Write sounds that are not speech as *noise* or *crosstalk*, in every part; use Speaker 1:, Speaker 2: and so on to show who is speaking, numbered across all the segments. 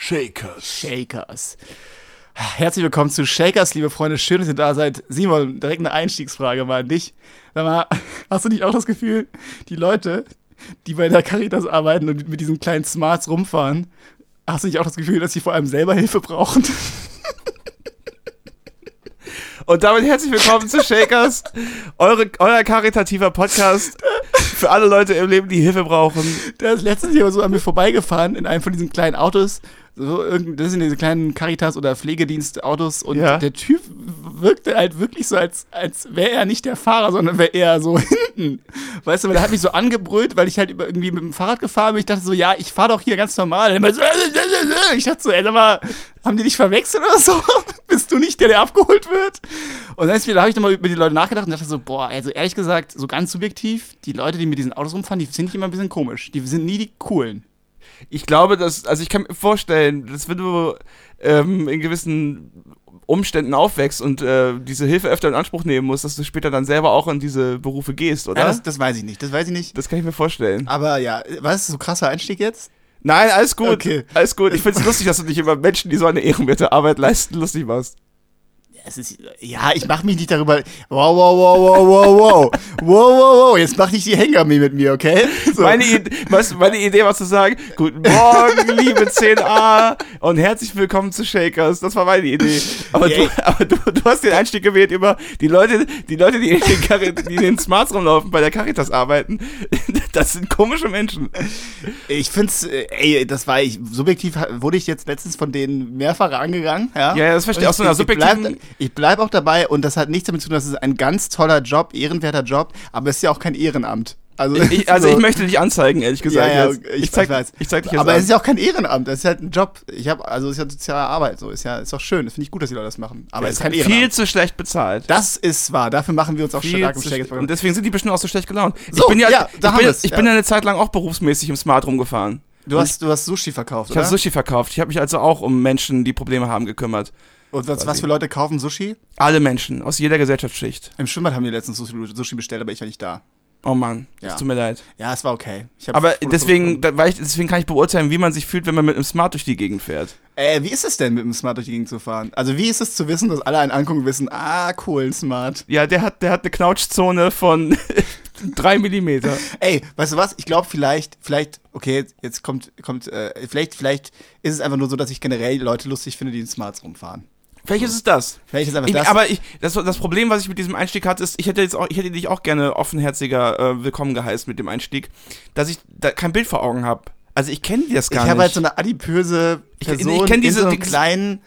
Speaker 1: Shakers.
Speaker 2: Shakers. Herzlich willkommen zu Shakers, liebe Freunde. Schön, dass ihr da seid. Simon, direkt eine Einstiegsfrage mal an dich. Sag mal, *laughs* hast du nicht auch das Gefühl, die Leute, die bei der Caritas arbeiten und mit diesen kleinen Smarts rumfahren, hast du nicht auch das Gefühl, dass sie vor allem selber Hilfe brauchen? *laughs*
Speaker 1: Und damit herzlich willkommen zu Shakers, eure, euer karitativer Podcast für alle Leute im Leben, die Hilfe brauchen.
Speaker 2: Der ist letztens hier so an mir vorbeigefahren in einem von diesen kleinen Autos. So, irgend- das sind diese kleinen Caritas- oder Pflegedienstautos. Und
Speaker 1: Ja.
Speaker 2: der Typ wirkte halt wirklich so, als, als wäre er nicht der Fahrer, sondern wäre er so *laughs* hinten. Weißt du, weil er hat mich so angebrüllt, weil ich halt über- irgendwie mit dem Fahrrad gefahren bin. Ich dachte so, ja, ich fahre doch hier ganz normal. Und er immer so, äh, Ich dachte so, ey, sag mal, haben die dich verwechselt oder so? *laughs* Bist du nicht der, der abgeholt wird? Und dann ist mir- da habe ich nochmal über die Leute nachgedacht und dachte so, boah, also ehrlich gesagt, so ganz subjektiv, die Leute, die mit diesen Autos rumfahren, die sind immer ein bisschen komisch. Die sind nie die coolen.
Speaker 1: Ich glaube, dass, also ich kann mir vorstellen, dass wenn du ähm, in gewissen Umständen aufwächst und äh, diese Hilfe öfter in Anspruch nehmen musst, dass du später dann selber auch in diese Berufe gehst, oder?
Speaker 2: Ja, das,
Speaker 1: das,
Speaker 2: das weiß ich nicht, das weiß ich nicht.
Speaker 1: kann ich mir vorstellen.
Speaker 2: Aber ja, was, so krasser Einstieg jetzt?
Speaker 1: Nein, alles gut.
Speaker 2: Okay.
Speaker 1: Alles gut. Ich finde *laughs* es lustig, dass du dich über Menschen, die so eine ehrenwerte Arbeit leisten, lustig machst.
Speaker 2: Es ist, ja, ich mach mich nicht darüber. Wow, wow, wow, wow, wow, wow. Wow, wow, wow. Jetzt mach nicht die Hängermee mit mir, *laughs* okay? So.
Speaker 1: Meine, Idee, was, meine Idee war zu sagen, guten Morgen, liebe 10a und herzlich willkommen zu Shakers. Das war meine Idee. Aber,
Speaker 2: Yay.
Speaker 1: du, aber du, du hast den Einstieg gewählt über die Leute, die Leute, die in den, Cari- die in den Smarts rumlaufen, bei der Caritas arbeiten. *laughs* Das sind komische Menschen.
Speaker 2: ich find's, äh, ey, das war ich, subjektiv ha- wurde ich jetzt letztens von denen mehrfach angegangen, ja?
Speaker 1: Ja, ja, das verstehe ich.
Speaker 2: Und
Speaker 1: Aus so einer
Speaker 2: Ich
Speaker 1: subjektiven-
Speaker 2: bleib, ich bleib auch dabei und das hat nichts damit zu tun, dass es ein ganz toller Job, ehrenwerter Job, aber es ist ja auch kein Ehrenamt. Also,
Speaker 1: Ich,
Speaker 2: *laughs*
Speaker 1: also
Speaker 2: so.
Speaker 1: ich möchte dich anzeigen, ehrlich gesagt.
Speaker 2: Ja, ja,
Speaker 1: jetzt.
Speaker 2: ich,
Speaker 1: zeig,
Speaker 2: weiß.
Speaker 1: ich zeig dich jetzt
Speaker 2: Aber
Speaker 1: an.
Speaker 2: es ist ja auch kein Ehrenamt, das ist halt ein Job. Ich habe also es ist ja soziale Arbeit, so ist ja ist auch schön, das finde ich gut, dass die Leute das machen, aber es ist kein
Speaker 1: viel
Speaker 2: Ehrenamt.
Speaker 1: zu schlecht bezahlt.
Speaker 2: Das ist wahr, dafür machen wir uns auch
Speaker 1: viel
Speaker 2: stark im
Speaker 1: zu
Speaker 2: Schlägerprogramm.
Speaker 1: schle- und deswegen sind die bestimmt auch so schlecht gelaunt.
Speaker 2: So,
Speaker 1: ich bin ja,
Speaker 2: ja, da
Speaker 1: ich
Speaker 2: haben
Speaker 1: bin,
Speaker 2: wir's,
Speaker 1: ich
Speaker 2: ja.
Speaker 1: bin ja eine Zeit lang auch berufsmäßig im Smart rumgefahren.
Speaker 2: Du hast du hast Sushi verkauft,
Speaker 1: Ich habe
Speaker 2: oder?
Speaker 1: Sushi verkauft. Ich habe mich also auch um Menschen, die Probleme haben, gekümmert.
Speaker 2: Und was, was für Leute kaufen Sushi?
Speaker 1: Alle Menschen aus jeder Gesellschaftsschicht.
Speaker 2: Im Schwimmbad haben wir letztens Sushi, Sushi bestellt, aber ich war nicht da.
Speaker 1: Oh Mann,
Speaker 2: Ja.
Speaker 1: es tut mir leid.
Speaker 2: Ja, es war okay. Ich hab
Speaker 1: Aber
Speaker 2: Fotos-
Speaker 1: deswegen, da, weil ich, deswegen kann ich beurteilen, wie man sich fühlt, wenn man mit einem Smart durch die Gegend fährt.
Speaker 2: Äh, wie ist es denn, mit dem Smart durch die Gegend zu fahren? Also wie ist es zu wissen, dass alle einen angucken und wissen, ah, cool, ein Smart.
Speaker 1: Ja, der hat, der hat eine Knautschzone von *laughs* drei Millimeter.
Speaker 2: Ey, weißt du was? Ich glaube vielleicht, vielleicht, okay, jetzt kommt, kommt, äh, vielleicht, vielleicht ist es einfach nur so, dass ich generell Leute lustig finde, die in Smarts rumfahren.
Speaker 1: Vielleicht ist es das.
Speaker 2: Vielleicht ist einfach
Speaker 1: Ich,
Speaker 2: das.
Speaker 1: aber ich, das, das Problem, was ich mit diesem Einstieg hatte, ist, ich hätte, jetzt auch, ich hätte dich auch gerne offenherziger äh, willkommen geheißen mit dem Einstieg, dass ich da kein Bild vor Augen habe. Also ich kenne das
Speaker 2: ich
Speaker 1: gar
Speaker 2: habe
Speaker 1: nicht.
Speaker 2: halt so eine adipöse
Speaker 1: Ich-
Speaker 2: Person
Speaker 1: ich kenn diese-
Speaker 2: in so einem
Speaker 1: die-
Speaker 2: kleinen,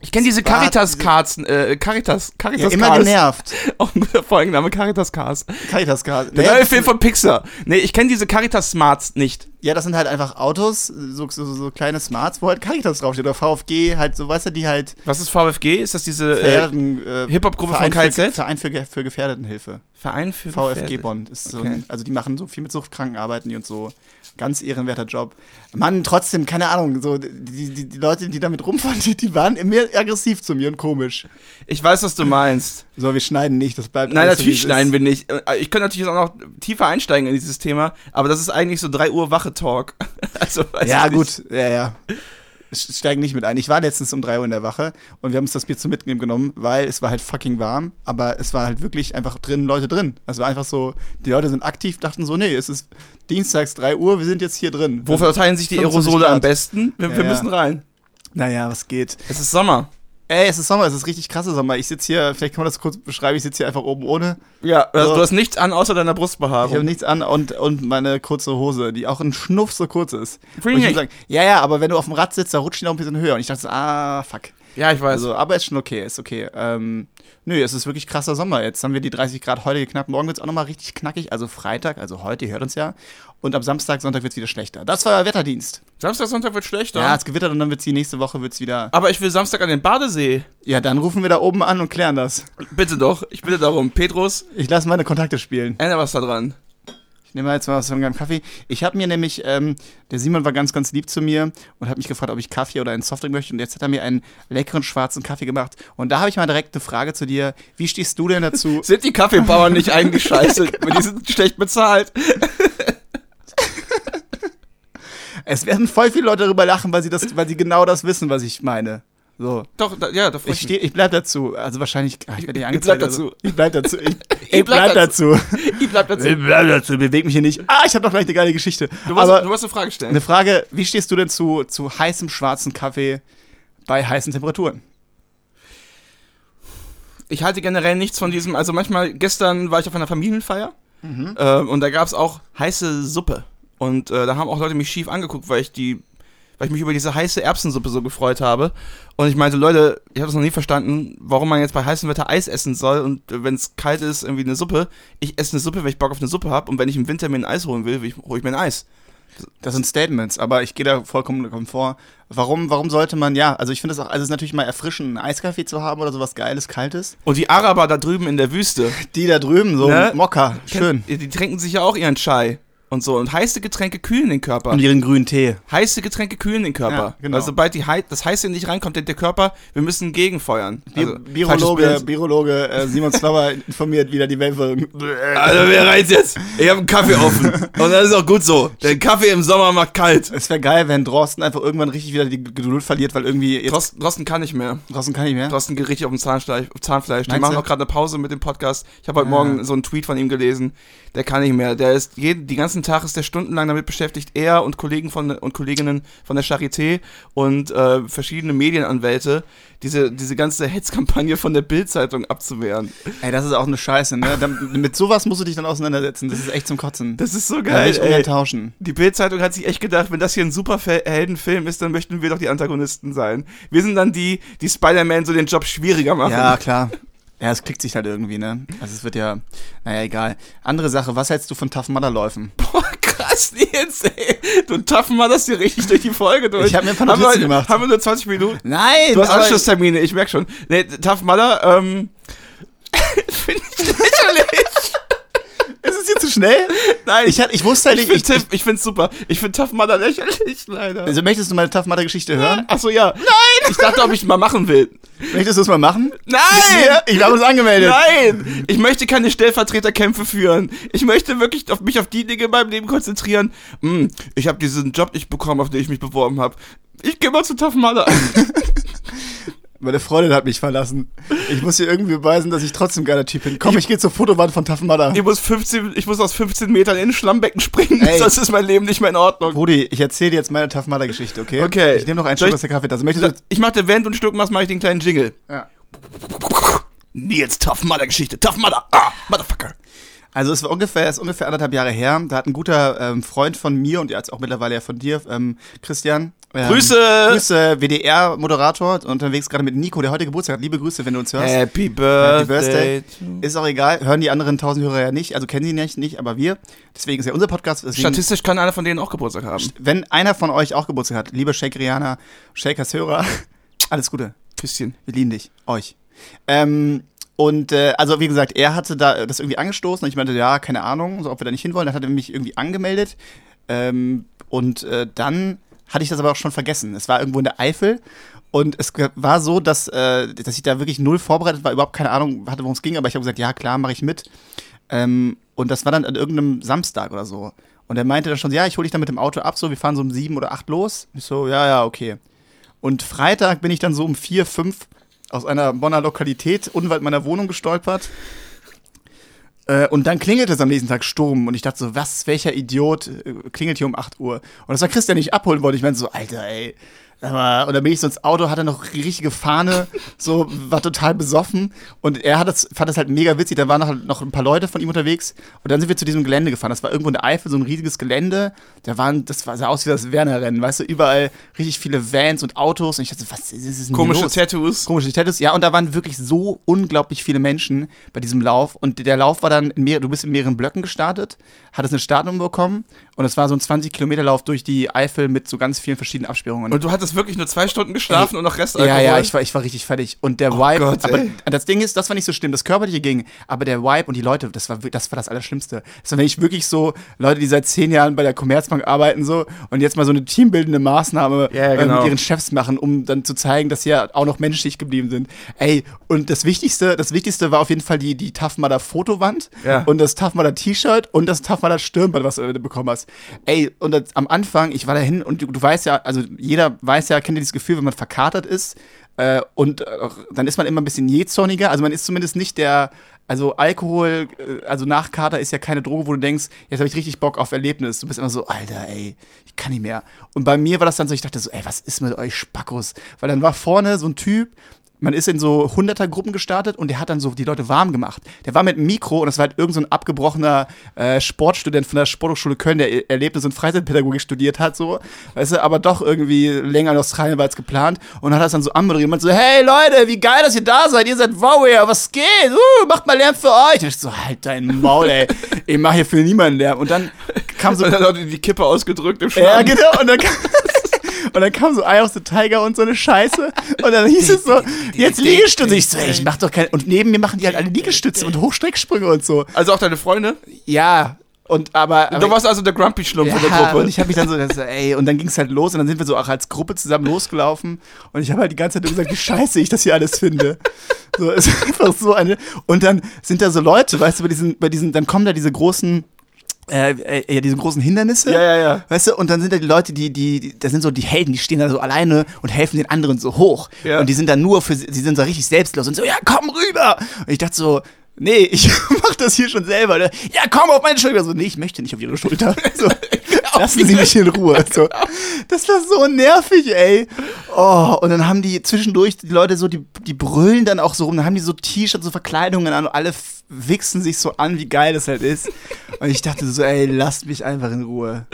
Speaker 1: ich kenne diese
Speaker 2: Smart-
Speaker 1: Caritas-Karzen, äh, Caritas, Caritas
Speaker 2: ja, immer genervt.
Speaker 1: *laughs* Auch ein guter Folgenname, Caritas Cars.
Speaker 2: Caritas Car.
Speaker 1: Der
Speaker 2: Naja,
Speaker 1: neue
Speaker 2: das
Speaker 1: Film
Speaker 2: sind-
Speaker 1: von Pixar. Nee, ich kenne diese Caritas Smarts nicht.
Speaker 2: ja, das sind halt einfach Autos, so, so, so kleine Smarts, wo halt Caritas draufsteht oder VfG, halt so, weißt du, die halt
Speaker 1: Was ist VfG? Ist das diese äh,
Speaker 2: Gefährden, äh,
Speaker 1: Hip-Hop-Gruppe von
Speaker 2: Verein für,
Speaker 1: KZ?
Speaker 2: Verein für, Ge- für Gefährdetenhilfe.
Speaker 1: Verein für
Speaker 2: VfG Bonn ist so ein,
Speaker 1: Okay.
Speaker 2: also die machen so viel mit Suchtkranken arbeiten die und so ganz ehrenwerter Job. Mann, trotzdem keine Ahnung, so die, die, die Leute, die damit rumfahren, *laughs* die, die waren mehr aggressiv zu mir und komisch.
Speaker 1: Ich weiß, was du *laughs* meinst.
Speaker 2: So, wir schneiden nicht, das bleibt
Speaker 1: Nein,
Speaker 2: alles so, wie
Speaker 1: natürlich
Speaker 2: es
Speaker 1: schneiden
Speaker 2: ist.
Speaker 1: wir nicht. Äh, Ich könnte natürlich auch noch tiefer einsteigen in dieses Thema, aber das ist eigentlich so 3 Uhr Wache-Talk. *laughs* Also, weiß
Speaker 2: Ja,
Speaker 1: ich nicht.
Speaker 2: gut, *laughs* ja, ja. Sch- Steigen nicht mit ein. Ich war letztens um 3 Uhr in der Wache und wir haben uns das Bier zum Mitnehmen genommen, weil es war halt fucking warm, aber es war halt wirklich einfach drin, Leute drin. Es war einfach so, die Leute sind aktiv, dachten so, nee, es ist dienstags 3 Uhr, wir sind jetzt hier drin.
Speaker 1: Wo verteilen sich die
Speaker 2: 25
Speaker 1: Aerosole am
Speaker 2: Grad.
Speaker 1: besten? Wir,
Speaker 2: Ja,
Speaker 1: wir
Speaker 2: ja.
Speaker 1: müssen rein.
Speaker 2: Naja, was geht?
Speaker 1: Es ist Sommer.
Speaker 2: Ey, es ist Sommer, es ist richtig krasser Sommer. Ich sitze hier, vielleicht kann man das kurz beschreiben, ich sitze hier einfach oben ohne.
Speaker 1: Ja, also,
Speaker 2: So.
Speaker 1: du hast nichts an außer deiner
Speaker 2: Ich habe
Speaker 1: Brustbehaarung.
Speaker 2: nichts an und, und meine kurze Hose, die auch ein Schnuff so kurz ist. Und ich
Speaker 1: Really?
Speaker 2: muss sagen, ja, ja, aber wenn du auf dem Rad sitzt, da rutscht die noch ein bisschen höher. Und ich dachte, so, ah, fuck.
Speaker 1: ja, ich weiß.
Speaker 2: Also, aber ist schon okay, ist okay. Ähm, nö, es ist wirklich krasser Sommer. Jetzt haben wir die 30 Grad heute geknackt. Morgen wird es auch nochmal richtig knackig. Also Freitag, also heute, ihr hört uns ja. Und am Samstag, Sonntag wird es wieder schlechter. Das war der Wetterdienst.
Speaker 1: Samstag, Sonntag wird schlechter.
Speaker 2: Ja, es gewittert und dann wird es die nächste Woche wird's wieder.
Speaker 1: aber ich will Samstag an den Badesee.
Speaker 2: Ja, dann rufen wir da oben an und klären das.
Speaker 1: Bitte doch, ich bitte darum. Petrus,
Speaker 2: Ich lasse meine Kontakte spielen.
Speaker 1: ändere was da dran.
Speaker 2: Ich nehme jetzt mal was von meinem Kaffee. Ich habe mir nämlich, ähm, der Simon war ganz, ganz lieb zu mir und hat mich gefragt, ob ich Kaffee oder einen Softdrink möchte. Und jetzt hat er mir einen leckeren schwarzen Kaffee gemacht. Und da habe ich mal direkt eine Frage zu dir. Wie stehst du denn
Speaker 1: *laughs*
Speaker 2: dazu?
Speaker 1: Sind die Kaffeebauern nicht eingescheißelt? Die sind schlecht bezahlt.
Speaker 2: Es werden voll viele Leute darüber lachen, weil sie, das, weil sie genau das wissen, was ich meine. So.
Speaker 1: Doch, da, ja, da freue
Speaker 2: Ich,
Speaker 1: ich mich.
Speaker 2: steh, ich bleib dazu. Also wahrscheinlich. ah, Ich werde nicht
Speaker 1: Ich bleib
Speaker 2: angezeigt. Also.
Speaker 1: dazu.
Speaker 2: Ich bleib dazu. Ich, ich,
Speaker 1: *laughs* Ich bleib
Speaker 2: bleib dazu.
Speaker 1: Ich bleib dazu.
Speaker 2: Ich *laughs* bleib dazu. Beweg mich hier nicht. Ah, ich habe noch gleich eine geile Geschichte.
Speaker 1: Du musst,
Speaker 2: Aber
Speaker 1: du musst eine Frage stellen.
Speaker 2: eine Frage: Wie stehst du denn zu, zu heißem schwarzen Kaffee bei heißen Temperaturen?
Speaker 1: ich halte generell nichts von diesem. Also manchmal, gestern war ich auf einer Familienfeier äh, und da gab es auch heiße Suppe. Und äh, da haben auch Leute mich schief angeguckt, weil ich die, weil ich mich über diese heiße Erbsensuppe so gefreut habe. Und ich meinte, Leute, ich habe das noch nie verstanden, warum man jetzt bei heißem Wetter Eis essen soll und äh, wenn es kalt ist, irgendwie eine Suppe. Ich esse eine Suppe, weil ich Bock auf eine Suppe habe und wenn ich im Winter mir ein Eis holen will, will ich- hole ich mir ein Eis.
Speaker 2: Das sind Statements, aber ich gehe da vollkommen davon vor. Warum, warum sollte man, ja, also ich finde es auch, also es ist natürlich mal erfrischend, einen Eiskaffee zu haben oder sowas Geiles, Kaltes.
Speaker 1: Und die Araber da drüben in der Wüste,
Speaker 2: Die da drüben, so
Speaker 1: Ne?
Speaker 2: Mokka, schön.
Speaker 1: die trinken sich ja auch ihren Chai und so. Und heiße Getränke kühlen den Körper.
Speaker 2: Und ihren grünen Tee.
Speaker 1: Heiße Getränke kühlen den Körper.
Speaker 2: Ja, genau.
Speaker 1: Also sobald die Hei das Heiße nicht reinkommt, denkt der Körper, wir müssen gegenfeuern.
Speaker 2: Bi
Speaker 1: Also,
Speaker 2: Virologe,
Speaker 1: falsches Bild.
Speaker 2: Virologe äh, Simon
Speaker 1: *laughs*
Speaker 2: Slauer informiert wieder die Weltwirkung.
Speaker 1: Also wer reizt jetzt? Ich habe einen Kaffee offen. Und das ist auch gut so. Denn Kaffee im Sommer macht kalt.
Speaker 2: Es wäre geil, wenn Drosten einfach irgendwann richtig wieder die Geduld verliert, weil irgendwie jetzt
Speaker 1: Drosten, Drosten kann nicht mehr.
Speaker 2: Drosten kann nicht mehr.
Speaker 1: Drosten geht richtig auf dem Zahnfleisch. Auf Zahnfleisch. Die
Speaker 2: Meinst
Speaker 1: machen
Speaker 2: du?
Speaker 1: auch gerade eine Pause mit dem Podcast. Ich habe heute Morgen so einen Tweet von ihm gelesen. Der kann nicht mehr. Der ist jeden, die ganzen Tag ist der stundenlang damit beschäftigt, er und Kollegen von und Kolleginnen von der Charité und äh, verschiedene Medienanwälte diese, diese ganze Hetzkampagne von der Bild-Zeitung abzuwehren.
Speaker 2: Ey, das ist auch eine Scheiße, ne? Dann, mit sowas musst du dich dann auseinandersetzen. Das ist echt zum Kotzen.
Speaker 1: Das ist so
Speaker 2: Kann
Speaker 1: geil.
Speaker 2: ich
Speaker 1: ey.
Speaker 2: ungern tauschen.
Speaker 1: Die Bild-Zeitung hat sich echt gedacht, wenn das hier ein Superheldenfilm ist, dann möchten wir doch die Antagonisten sein. Wir sind dann die, die Spider-Man so den Job schwieriger machen.
Speaker 2: Ja, klar. Ja, es klickt sich halt irgendwie, ne? Also es wird ja, naja, egal. Andere Sache, was hältst du von Tough Mudder Läufen?
Speaker 1: Boah, krass, Nils, ey. Du taffen mal das hier richtig durch die Folge durch.
Speaker 2: Ich hab mir ein paar Notizen
Speaker 1: haben wir,
Speaker 2: gemacht.
Speaker 1: Haben wir nur 20 Minuten?
Speaker 2: Nein!
Speaker 1: Du hast
Speaker 2: aber-
Speaker 1: Anschlusstermine, ich merk schon. Nee, Tough Mudder, ähm. *laughs* Finde ich lächerlich.
Speaker 2: Ist es hier zu schnell?
Speaker 1: *laughs* Nein,
Speaker 2: Ich, hatte, ich wusste halt
Speaker 1: ich
Speaker 2: nicht.
Speaker 1: finde
Speaker 2: Ich,
Speaker 1: Tipp, ich find's super. Ich finde Tough Mudder lächerlich, leider.
Speaker 2: also möchtest du meine Tough Mudder Geschichte hören?
Speaker 1: Achso, ja. Nein! Ich dachte, ob ich mal machen will.
Speaker 2: Möchtest du es mal machen?
Speaker 1: Nein!
Speaker 2: Ja, ich habe uns angemeldet.
Speaker 1: Nein! Ich möchte keine Stellvertreterkämpfe führen. Ich möchte wirklich auf mich auf die Dinge in meinem Leben konzentrieren. Hm, ich habe diesen Job nicht bekommen, auf den ich mich beworben habe. Ich gehe mal zu Tough Mudder.
Speaker 2: Meine Freundin hat mich verlassen. Ich muss hier irgendwie beweisen, dass ich trotzdem ein geiler Typ bin. Komm, ich gehe zur Fotowand von Tough Mudder.
Speaker 1: Ich muss, 15, ich muss aus 15 Metern in ein Schlammbecken springen,
Speaker 2: Ey.
Speaker 1: sonst ist mein Leben nicht mehr in Ordnung.
Speaker 2: Rudi, ich erzähle dir jetzt meine Tough Mudder Geschichte, okay?
Speaker 1: Okay.
Speaker 2: Ich nehme noch einen
Speaker 1: Soll
Speaker 2: Schluck
Speaker 1: ich-
Speaker 2: aus der Kaffeetasse. Möchtest
Speaker 1: Ich mache der Wend und Schluck machst, mache ich den kleinen Jingle.
Speaker 2: du... Ja.
Speaker 1: Nils Tough Mudder Geschichte. Tough Mudder. Ah, Motherfucker.
Speaker 2: Also es war ungefähr, es ist ungefähr anderthalb Jahre her. Da hat ein guter ähm, Freund von mir und jetzt auch mittlerweile ja von dir, ähm, Christian. Ähm,
Speaker 1: Grüße!
Speaker 2: Grüße, WDR-Moderator, unterwegs gerade mit Nico, der heute Geburtstag hat. Liebe Grüße, wenn du uns hörst.
Speaker 1: Happy Birthday.
Speaker 2: Happy Birthday. Ist auch egal, hören die anderen tausend Hörer ja nicht, also kennen sie nicht, nicht, aber wir. Deswegen ist ja unser Podcast. Deswegen,
Speaker 1: Statistisch kann einer von denen auch Geburtstag haben.
Speaker 2: wenn einer von euch auch Geburtstag hat, liebe Shakerianer, Shakers Hörer, *laughs* alles Gute.
Speaker 1: Küsschen.
Speaker 2: Wir lieben dich. Euch. Ähm, und äh, also wie gesagt, er hatte da äh, das irgendwie angestoßen und ich meinte, ja, keine Ahnung, so, ob wir da nicht hinwollen. Dann hat er mich irgendwie angemeldet. Ähm, und äh, dann hatte ich das aber auch schon vergessen. Es war irgendwo in der Eifel. Und es ge- war so, dass, äh, dass ich da wirklich null vorbereitet war, überhaupt keine Ahnung hatte, worum es ging, aber ich habe gesagt, ja, klar, mache ich mit. Ähm, und das war dann an irgendeinem Samstag oder so. Und er meinte dann schon, so, ja, ich hole dich dann mit dem Auto ab, so, wir fahren so um sieben oder acht los. Ich so, ja, ja, okay. Und Freitag bin ich dann so um vier, fünf aus einer Bonner Lokalität unweit meiner Wohnung gestolpert. Äh, Und dann klingelte es am nächsten Tag Sturm und ich dachte so, was, welcher Idiot äh, klingelt hier um 8 Uhr? Und das war Christian, den ich abholen wollte. Ich meinte so, Alter, ey. Aber, und dann bin ich so ins Auto, hatte noch richtige Fahne, so, war total besoffen. Und er hat das, fand das halt mega witzig. Da waren noch, noch ein paar Leute von ihm unterwegs. Und dann sind wir zu diesem Gelände gefahren. Das war irgendwo in der Eifel, so ein riesiges Gelände. Da waren, das war, sah aus wie das Werner-Rennen, weißt du, überall richtig viele Vans und Autos. Und ich dachte so, was ist, ist denn hier
Speaker 1: Komische
Speaker 2: los?
Speaker 1: Tattoos.
Speaker 2: Komische Tattoos, ja, und da waren wirklich so unglaublich viele Menschen bei diesem Lauf. Und der Lauf war dann, in mehr, du bist in mehreren Blöcken gestartet, hattest eine Startnummer bekommen und es war so ein 20-Kilometer-Lauf durch die Eifel mit so ganz vielen verschiedenen Absperrungen.
Speaker 1: Und du hattest hast wirklich nur zwei Stunden geschlafen und noch Restalkohol.
Speaker 2: Ja, ja,
Speaker 1: *laughs*
Speaker 2: ich war, ich war richtig fertig. Und der Vibe,
Speaker 1: Oh Gott,
Speaker 2: aber
Speaker 1: ey.
Speaker 2: das Ding ist, das war nicht so schlimm, das Körperliche ging, aber der Vibe und die Leute, das war, wir- das war das Allerschlimmste. Das war nämlich wirklich so, Leute, die seit zehn Jahren bei der Commerzbank arbeiten so und jetzt mal so eine teambildende Maßnahme
Speaker 1: Ja, ja,
Speaker 2: äh,
Speaker 1: genau.
Speaker 2: mit ihren Chefs machen, um dann zu zeigen, dass sie ja auch noch menschlich geblieben sind. Ey, und das Wichtigste, das Wichtigste war auf jeden Fall die, die Tafmader Fotowand
Speaker 1: Ja.
Speaker 2: und das Tafmader T-Shirt und das Tafmader Stirnband, was du bekommen hast. Ey, und das, am Anfang, ich war da hin und du, du weißt ja, also jeder weiß ja, kennt ja dieses Gefühl, wenn man verkatert ist äh, und äh, dann ist man immer ein bisschen jähzorniger, also man ist zumindest nicht der also Alkohol, äh, also Nachkater ist ja keine Droge, wo du denkst, jetzt habe ich richtig Bock auf Erlebnis. Du bist immer so, Alter, ey, ich kann nicht mehr. Und bei mir war das dann so, ich dachte so, ey, was ist mit euch Spackos? Weil dann war vorne so ein Typ, man ist in so 100er Gruppen gestartet und der hat dann so die Leute warm gemacht. Der war mit einem Mikro und das war halt irgend so ein abgebrochener äh, Sportstudent von der Sporthochschule Köln, der E- Erlebnis- und Freizeitpädagogik studiert hat, so. Weißt du, aber doch irgendwie länger in Australien war als geplant und hat das dann so anmoderiert und meinte so, hey Leute, wie geil, dass ihr da seid, ihr seid Warrior, was geht? Uh, macht mal Lärm für euch. Und ich so, halt dein Maul, ey. Ich mach hier für niemanden Lärm. Und dann kam so
Speaker 1: *laughs* Und dann hat er die Kippe ausgedrückt im
Speaker 2: ja,
Speaker 1: Schlafen.
Speaker 2: genau. Und dann kam, *laughs* und dann kam so Eye of the Tiger und so eine Scheiße. Und dann hieß es so, jetzt Liegestütze. Ich so, ey, ich mach doch keine. Und neben mir machen die halt alle Liegestütze und Hochstrecksprünge und so.
Speaker 1: also auch deine Freunde.
Speaker 2: Ja. Und aber.
Speaker 1: Du warst also der Grumpy Schlumpf in der Gruppe.
Speaker 2: Und ich habe mich dann so, das, ey, und dann ging es halt los und dann sind wir so auch als Gruppe zusammen losgelaufen und ich habe halt die ganze Zeit nur gesagt, wie scheiße ich das hier alles finde. So, es ist einfach so eine. Und dann sind da so Leute, weißt du, bei diesen, bei diesen, dann kommen da diese großen, äh, äh, ja, diese großen Hindernisse.
Speaker 1: Ja, ja, ja.
Speaker 2: Weißt du, und dann sind da die Leute, die, die, die das sind so die Helden, die stehen da so alleine und helfen den anderen so hoch.
Speaker 1: Ja.
Speaker 2: Und die sind dann nur für, sie sind so richtig selbstlos und so, ja, komm rüber. Und ich dachte so, nee, ich *laughs* mach das hier schon selber. Ne? Ja, komm auf meine Schulter. So, nee, ich möchte nicht auf ihre
Speaker 1: *laughs*
Speaker 2: Schulter. So, lassen Sie mich in
Speaker 1: Genau.
Speaker 2: Ruhe. So. Das war so nervig, ey. Oh, und dann haben die zwischendurch die Leute so, die, die brüllen dann auch so rum, dann haben die so T-Shirts, so Verkleidungen an und alle f- wichsen sich so an, wie geil das halt ist. Und ich dachte so, ey, lasst mich einfach in Ruhe.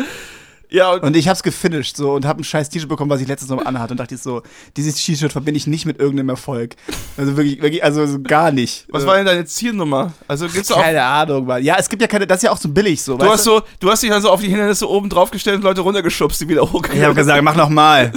Speaker 1: Ja, und,
Speaker 2: Und ich hab's gefinisht so und hab ein scheiß T-Shirt bekommen, was ich letztens noch anhatte und dachte ich so, dieses T-Shirt verbinde ich nicht mit irgendeinem Erfolg. Also wirklich, wirklich also so gar nicht.
Speaker 1: was
Speaker 2: Äh,
Speaker 1: war denn deine Zielnummer? Also gibt's auch.
Speaker 2: keine Ahnung, Mann. Ja, es gibt ja keine, das ist ja auch so billig so.
Speaker 1: Du hast, so, du hast dich dann so auf die Hindernisse oben draufgestellt und Leute runtergeschubst, die wieder *laughs* hochgekommen
Speaker 2: ich habe gesagt, mach noch
Speaker 1: *laughs*
Speaker 2: mal.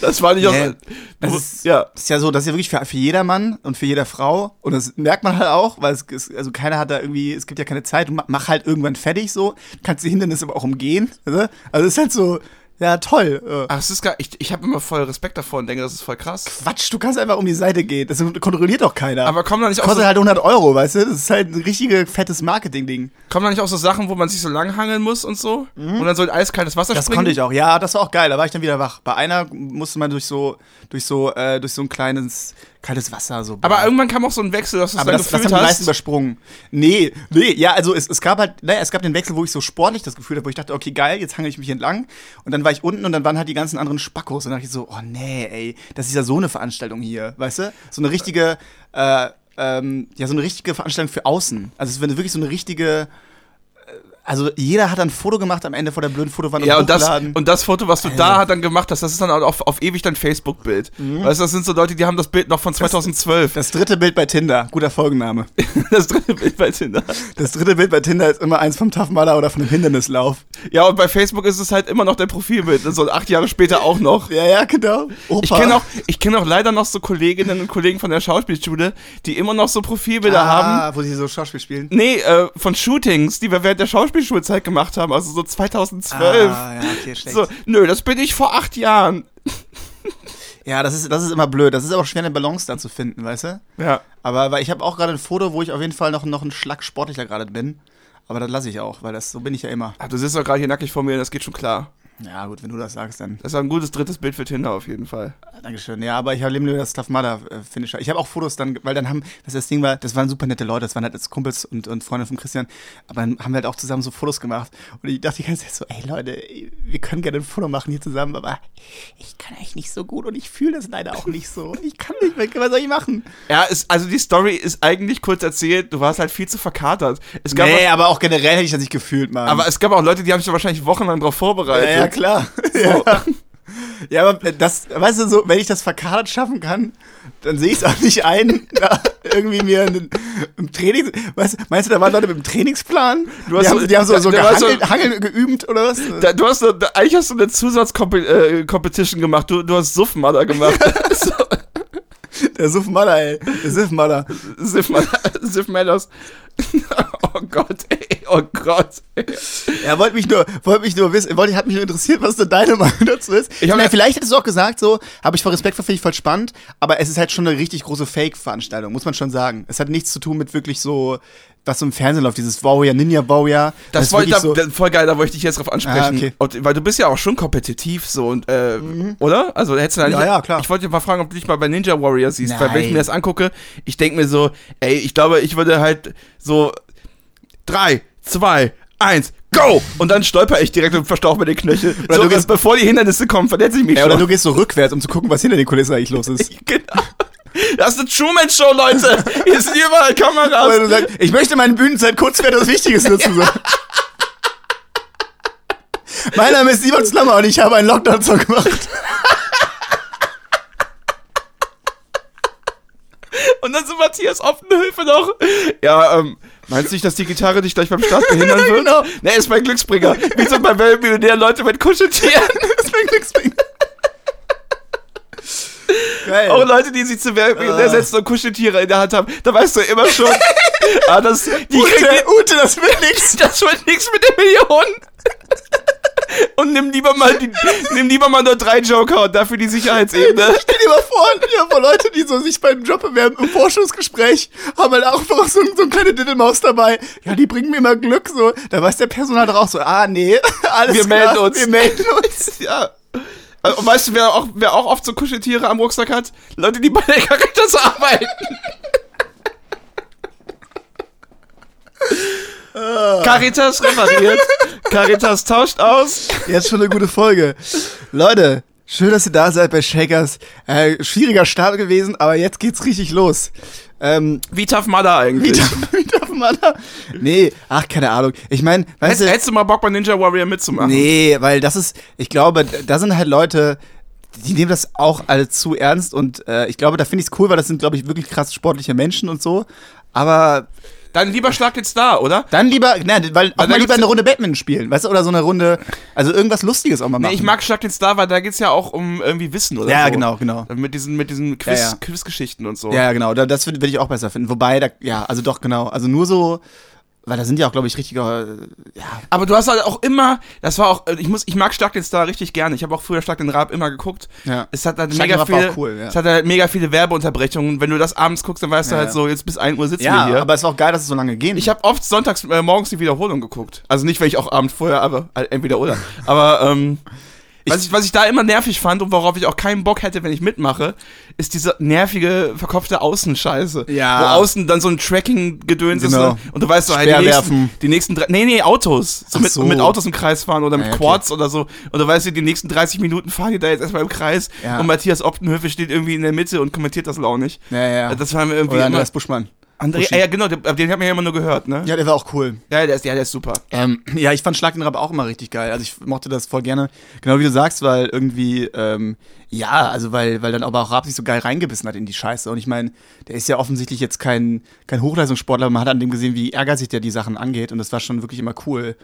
Speaker 1: Das war nicht auch.
Speaker 2: Nee, das ist-
Speaker 1: ja.
Speaker 2: Das ist ja so, das ist ja wirklich für, für jeder Mann und für jeder Frau. Und das merkt man halt auch, weil es, es also keiner hat da irgendwie, es gibt ja keine Zeit. Du ma- mach halt irgendwann fertig so, kannst die Hindernisse aber auch umgehen. Also also es ist halt so, ja toll. äh.
Speaker 1: Ach, es ist gar. Ich, ich habe immer voll Respekt davor und denke, das ist voll krass.
Speaker 2: Quatsch, du kannst einfach um die Seite gehen. Das kontrolliert doch keiner.
Speaker 1: Aber kommen da nicht auch so,
Speaker 2: Kostet halt 100 Euro, weißt du? Das ist halt ein richtiges fettes Marketing-Ding.
Speaker 1: kommen da nicht auch so Sachen, wo man sich so lang hangeln muss und so? Und dann so in eiskaltes Wasser
Speaker 2: Mhm. Das
Speaker 1: springen?
Speaker 2: konnte ich auch. Ja, das war auch geil. Da war ich dann wieder wach. Bei einer musste man durch so, durch so, äh, durch so ein kleines, kaltes Wasser so.
Speaker 1: Aber irgendwann kam auch so ein Wechsel, dass du es
Speaker 2: aber
Speaker 1: dann
Speaker 2: das, das
Speaker 1: gefühlt
Speaker 2: haben die meisten
Speaker 1: hast.
Speaker 2: übersprungen. Nee, nee, ja, also es, es gab halt, naja, es gab den Wechsel, wo ich so sportlich das Gefühl habe, wo ich dachte, okay, geil, jetzt hangel ich mich entlang. Und dann war ich unten und dann waren halt die ganzen anderen Spackos. Und dann dachte ich so, oh nee, ey, das ist ja so eine Veranstaltung hier, weißt du? So eine richtige, äh, ähm, ja, so eine richtige Veranstaltung für außen. Also es wird wirklich so eine richtige, äh, also jeder hat dann ein Foto gemacht am Ende vor der blöden Fotowand
Speaker 1: Ja, und das,
Speaker 2: hochgeladen. Also.
Speaker 1: und das Foto, was du da hat, dann gemacht hast, das ist dann auch auf, auf ewig dein Facebook-Bild. Weißt du, das sind so Leute, die haben das Bild noch von 2012.
Speaker 2: Mhm. das dritte Bild bei Tinder, guter Folgenname.
Speaker 1: *laughs* Das, dritte Bild bei Tinder.
Speaker 2: Das dritte Bild bei Tinder ist immer eins vom Taffenmaler oder von einem Hindernislauf.
Speaker 1: Ja, und bei Facebook ist es halt immer noch dein Profilbild. So acht Jahre später auch noch.
Speaker 2: Ja, ja, genau. Opa.
Speaker 1: Ich kenne auch, ich kenn auch leider noch so Kolleginnen und Kollegen von der Schauspielschule, die immer noch so Profilbilder haben.
Speaker 2: Ah, Wo sie so Schauspiel spielen.
Speaker 1: Nee, äh, von Shootings, die wir während der Schauspielschulzeit gemacht haben, also so 2012.
Speaker 2: Ah, ja, okay, schlecht.
Speaker 1: so, nö, das bin ich vor acht Jahren.
Speaker 2: Ja, das ist, das ist immer blöd. Das ist aber auch schwer, eine Balance da zu finden, weißt du?
Speaker 1: Ja.
Speaker 2: Aber weil ich habe auch gerade ein Foto, wo ich auf jeden Fall noch, noch ein Schlag sportlicher gerade bin. Aber das lasse ich auch, weil das so bin ich ja immer.
Speaker 1: Ach, Ah, du sitzt doch gerade hier nackig vor mir, das geht schon klar.
Speaker 2: Ja, gut, wenn du das sagst, dann.
Speaker 1: Das war ein gutes drittes Bild für Tinder auf jeden Fall.
Speaker 2: Dankeschön. Ja, aber ich habe lieber das Tough Mudder äh, Finisher. Ich habe auch Fotos dann, weil dann haben, was das Ding war, das waren super nette Leute, das waren halt jetzt Kumpels und, und Freunde von Christian, aber dann haben wir halt auch zusammen so Fotos gemacht. Und ich dachte die ganze Zeit so, ey Leute, wir können gerne ein Foto machen hier zusammen, aber ich kann eigentlich nicht so gut und ich fühle das leider auch nicht so. Ich kann nicht mehr, was soll ich machen?
Speaker 1: Ja, ist, also die Story ist eigentlich kurz erzählt, du warst halt viel zu verkatert. Es gab
Speaker 2: Nee,
Speaker 1: auch,
Speaker 2: aber auch generell hätte ich das nicht gefühlt, Mann.
Speaker 1: aber es gab auch Leute, die haben sich da wahrscheinlich wochenlang drauf
Speaker 2: ja,
Speaker 1: vorbereitet.
Speaker 2: ja,
Speaker 1: *laughs*
Speaker 2: klar. Ja. ja, aber das, weißt du, so, wenn ich das verkadert schaffen kann, dann sehe ich es auch nicht ein, *laughs* da irgendwie mir einen, im Training. Weißt, meinst du, da waren Leute mit dem Trainingsplan? Du hast die,
Speaker 1: hast
Speaker 2: haben,
Speaker 1: so-
Speaker 2: die haben so,
Speaker 1: da-
Speaker 2: so
Speaker 1: da war so-
Speaker 2: gehangeln, hangeln geübt oder was?
Speaker 1: Da, du hast, eine- da, eigentlich hast du eine Zusatzcompetition gemacht. Du, du hast Suffmaler gemacht. so,
Speaker 2: Der Suffmaller, ey. Der Suffmaller.
Speaker 1: Siffmaler, Siffmalers. *laughs* oh Gott, ey, oh Gott.
Speaker 2: Er wollte mich nur, wollte mich nur wissen, wollte, hat mich nur interessiert, was so deine Meinung dazu ist. Ich
Speaker 1: Ich hab
Speaker 2: meine,
Speaker 1: ja-
Speaker 2: vielleicht hättest du auch gesagt, so, habe ich voll Respekt vor, finde ich voll spannend, aber es ist halt schon eine richtig große Fake-Veranstaltung, muss man schon sagen. Es hat nichts zu tun mit wirklich so, was so im Fernsehen läuft, dieses Warrior, Ninja Warrior.
Speaker 1: Das,
Speaker 2: ist
Speaker 1: voll,
Speaker 2: wirklich
Speaker 1: da, da- voll geil, da wollte ich dich jetzt drauf ansprechen.
Speaker 2: Ah, okay. Mhm.
Speaker 1: Und, weil du bist ja auch schon kompetitiv so und äh, oder? Also hättest du da
Speaker 2: Ja,
Speaker 1: nicht-
Speaker 2: ja, klar.
Speaker 1: Ich wollte dich mal fragen, ob du dich mal bei Ninja Warrior siehst, weil wenn ich
Speaker 2: Nein.
Speaker 1: mir das angucke, ich denke mir so, ey, ich glaube, ich würde halt so drei, zwei, eins, go! Und dann stolper ich direkt und verstauche mir den Knöchel.
Speaker 2: Oder
Speaker 1: so,
Speaker 2: du gehst-
Speaker 1: bevor die Hindernisse kommen, verletze ich mich
Speaker 2: äh, ja, oder
Speaker 1: schon.
Speaker 2: du gehst so rückwärts, um zu gucken, was hinter den Kulissen eigentlich los
Speaker 1: *laughs*
Speaker 2: ist.
Speaker 1: genau. Das ist eine Truman-Show, Leute! Hier sind überall
Speaker 2: Oder
Speaker 1: Kameras!
Speaker 2: du sagst, ich möchte meine Bühnenzeit kurz für etwas Wichtiges nutzen. So. mein Name ist Simon Slammer und ich habe einen Lockdown-Song gemacht.
Speaker 1: Und dann so Matthias offene Hilfe noch. Ja, ähm, meinst du nicht, dass die Gitarre dich gleich beim *laughs* Start behindern wird?
Speaker 2: Genau.
Speaker 1: Ne, ist mein Glücksbringer. Wie so bei Weltmillionär Leute mit *laughs* Kuscheltieren.
Speaker 2: das ist mein Glücksbringer. Geil.
Speaker 1: Auch Leute, die sich zu Weltmillionär
Speaker 2: Ah.
Speaker 1: setzen und Kuscheltiere in der Hand haben. Da weißt du immer schon, ah, das, *laughs* die
Speaker 2: Ute,
Speaker 1: kriegen,
Speaker 2: Ute, das will nichts.
Speaker 1: das wird nichts mit der Million. *laughs* Und nimm lieber mal die, nimm lieber mal nur drei Joker und dafür die Sicherheitsebene.
Speaker 2: *laughs* Stell dir mal vor, stell dir mal vor, Leute, die so sich beim Job bewerben, im Forschungsgespräch, haben halt auch einfach so, so eine kleine Diddlemaus dabei. Ja, die bringen mir immer Glück, so. Da weiß der Personal doch auch so, ah, nee, *laughs* alles
Speaker 1: Wir
Speaker 2: klar,
Speaker 1: melden uns.
Speaker 2: Wir melden uns.
Speaker 1: *laughs* Ja. Also, Und weißt du, wer auch, wer auch oft so Kuscheltiere am Rucksack hat? Leute, die bei der Caritas arbeiten.
Speaker 2: Ah.
Speaker 1: Caritas repariert. Caritas tauscht aus.
Speaker 2: *laughs* Jetzt schon eine gute Folge. Leute, schön, dass ihr da seid bei Shakers. Äh, schwieriger Start gewesen, aber jetzt geht's richtig los. Ähm,
Speaker 1: Wie tough Mother
Speaker 2: wie
Speaker 1: eigentlich.
Speaker 2: darf, wie darf man da? Nee, ach, keine Ahnung. Ich meine, weißt
Speaker 1: Hättest,
Speaker 2: du.
Speaker 1: hättest du mal Bock bei Ninja Warrior mitzumachen?
Speaker 2: Nee, weil das ist, ich glaube, da sind halt Leute, die nehmen das auch alle zu ernst und äh, ich glaube, da finde ich es cool, weil das sind, glaube ich, wirklich krass sportliche Menschen und so. Aber
Speaker 1: Dann lieber Schlag den Star, oder?
Speaker 2: dann lieber, na, weil auch mal
Speaker 1: da
Speaker 2: lieber
Speaker 1: gibt's-
Speaker 2: eine Runde Batman spielen, weißt du, oder so eine Runde, also irgendwas Lustiges auch mal machen.
Speaker 1: Nee, ich mag Schlag den Star, weil da geht's ja auch um irgendwie Wissen, oder?
Speaker 2: Ja,
Speaker 1: so.
Speaker 2: genau, genau.
Speaker 1: Mit diesen, mit diesen Quiz,
Speaker 2: Ja, ja.
Speaker 1: Quizgeschichten und so.
Speaker 2: Ja, ja, genau, da- das würde würd ich auch besser finden. Wobei, da, ja, also doch, genau. Also nur so, weil da sind ja auch, glaube ich, richtiger, äh, ja,
Speaker 1: Aber du hast halt auch immer, das war auch, ich muss, ich mag Stark den Star richtig gerne. Ich habe auch früher Stark den Raab immer geguckt.
Speaker 2: Ja.
Speaker 1: Es hat halt
Speaker 2: Stark
Speaker 1: mega
Speaker 2: den Raab war
Speaker 1: viele,
Speaker 2: auch cool, ja.
Speaker 1: es hat halt mega viele Werbeunterbrechungen. Wenn du das abends guckst, dann weißt
Speaker 2: Ja,
Speaker 1: du halt
Speaker 2: ja.
Speaker 1: so, jetzt bis 1 Uhr sitzen wir
Speaker 2: ja
Speaker 1: hier.
Speaker 2: aber es war auch geil, dass es so lange geht.
Speaker 1: ich habe oft sonntags äh, morgens die Wiederholung geguckt. Also nicht, weil ich auch abends vorher, aber äh, entweder oder. Aber ähm, was, ich, was ich da immer nervig fand und worauf ich auch keinen Bock hätte, wenn ich mitmache, ist diese nervige, verkopfte Außenscheiße.
Speaker 2: Ja.
Speaker 1: Wo außen dann so ein Tracking-Gedöns
Speaker 2: Genau.
Speaker 1: ist. ne? Und du weißt so, halt, die
Speaker 2: Speerwerfen.
Speaker 1: nächsten, die nächsten drei, nee, nee, Autos. So
Speaker 2: Ach
Speaker 1: mit,
Speaker 2: so.
Speaker 1: mit Autos im Kreis fahren oder mit
Speaker 2: Ah, ja, okay.
Speaker 1: Quads oder so. Und du weißt, die nächsten 30 Minuten fahren die da jetzt erstmal im Kreis.
Speaker 2: Ja.
Speaker 1: Und Matthias Optenhöfe steht irgendwie in der Mitte und kommentiert das launig.
Speaker 2: ja, ja.
Speaker 1: Das war mir irgendwie
Speaker 2: oder
Speaker 1: immer,
Speaker 2: Andreas Buschmann.
Speaker 1: André,
Speaker 2: Buschi.
Speaker 1: ah, ja genau, den, den hat man ja immer nur gehört, ne?
Speaker 2: Ja, der war auch cool.
Speaker 1: Ja, der ist, ja, der ist super.
Speaker 2: Ähm, ja, ich fand Schlag den Raab auch immer richtig geil. Also ich mochte das voll gerne. Genau wie du sagst, weil irgendwie, ähm, ja, also weil, weil dann aber auch Raab sich so geil reingebissen hat in die Scheiße. Und ich meine, der ist ja offensichtlich jetzt kein, kein Hochleistungssportler, aber man hat an dem gesehen, wie ehrgeizig der die Sachen angeht. Und das war schon wirklich immer cool.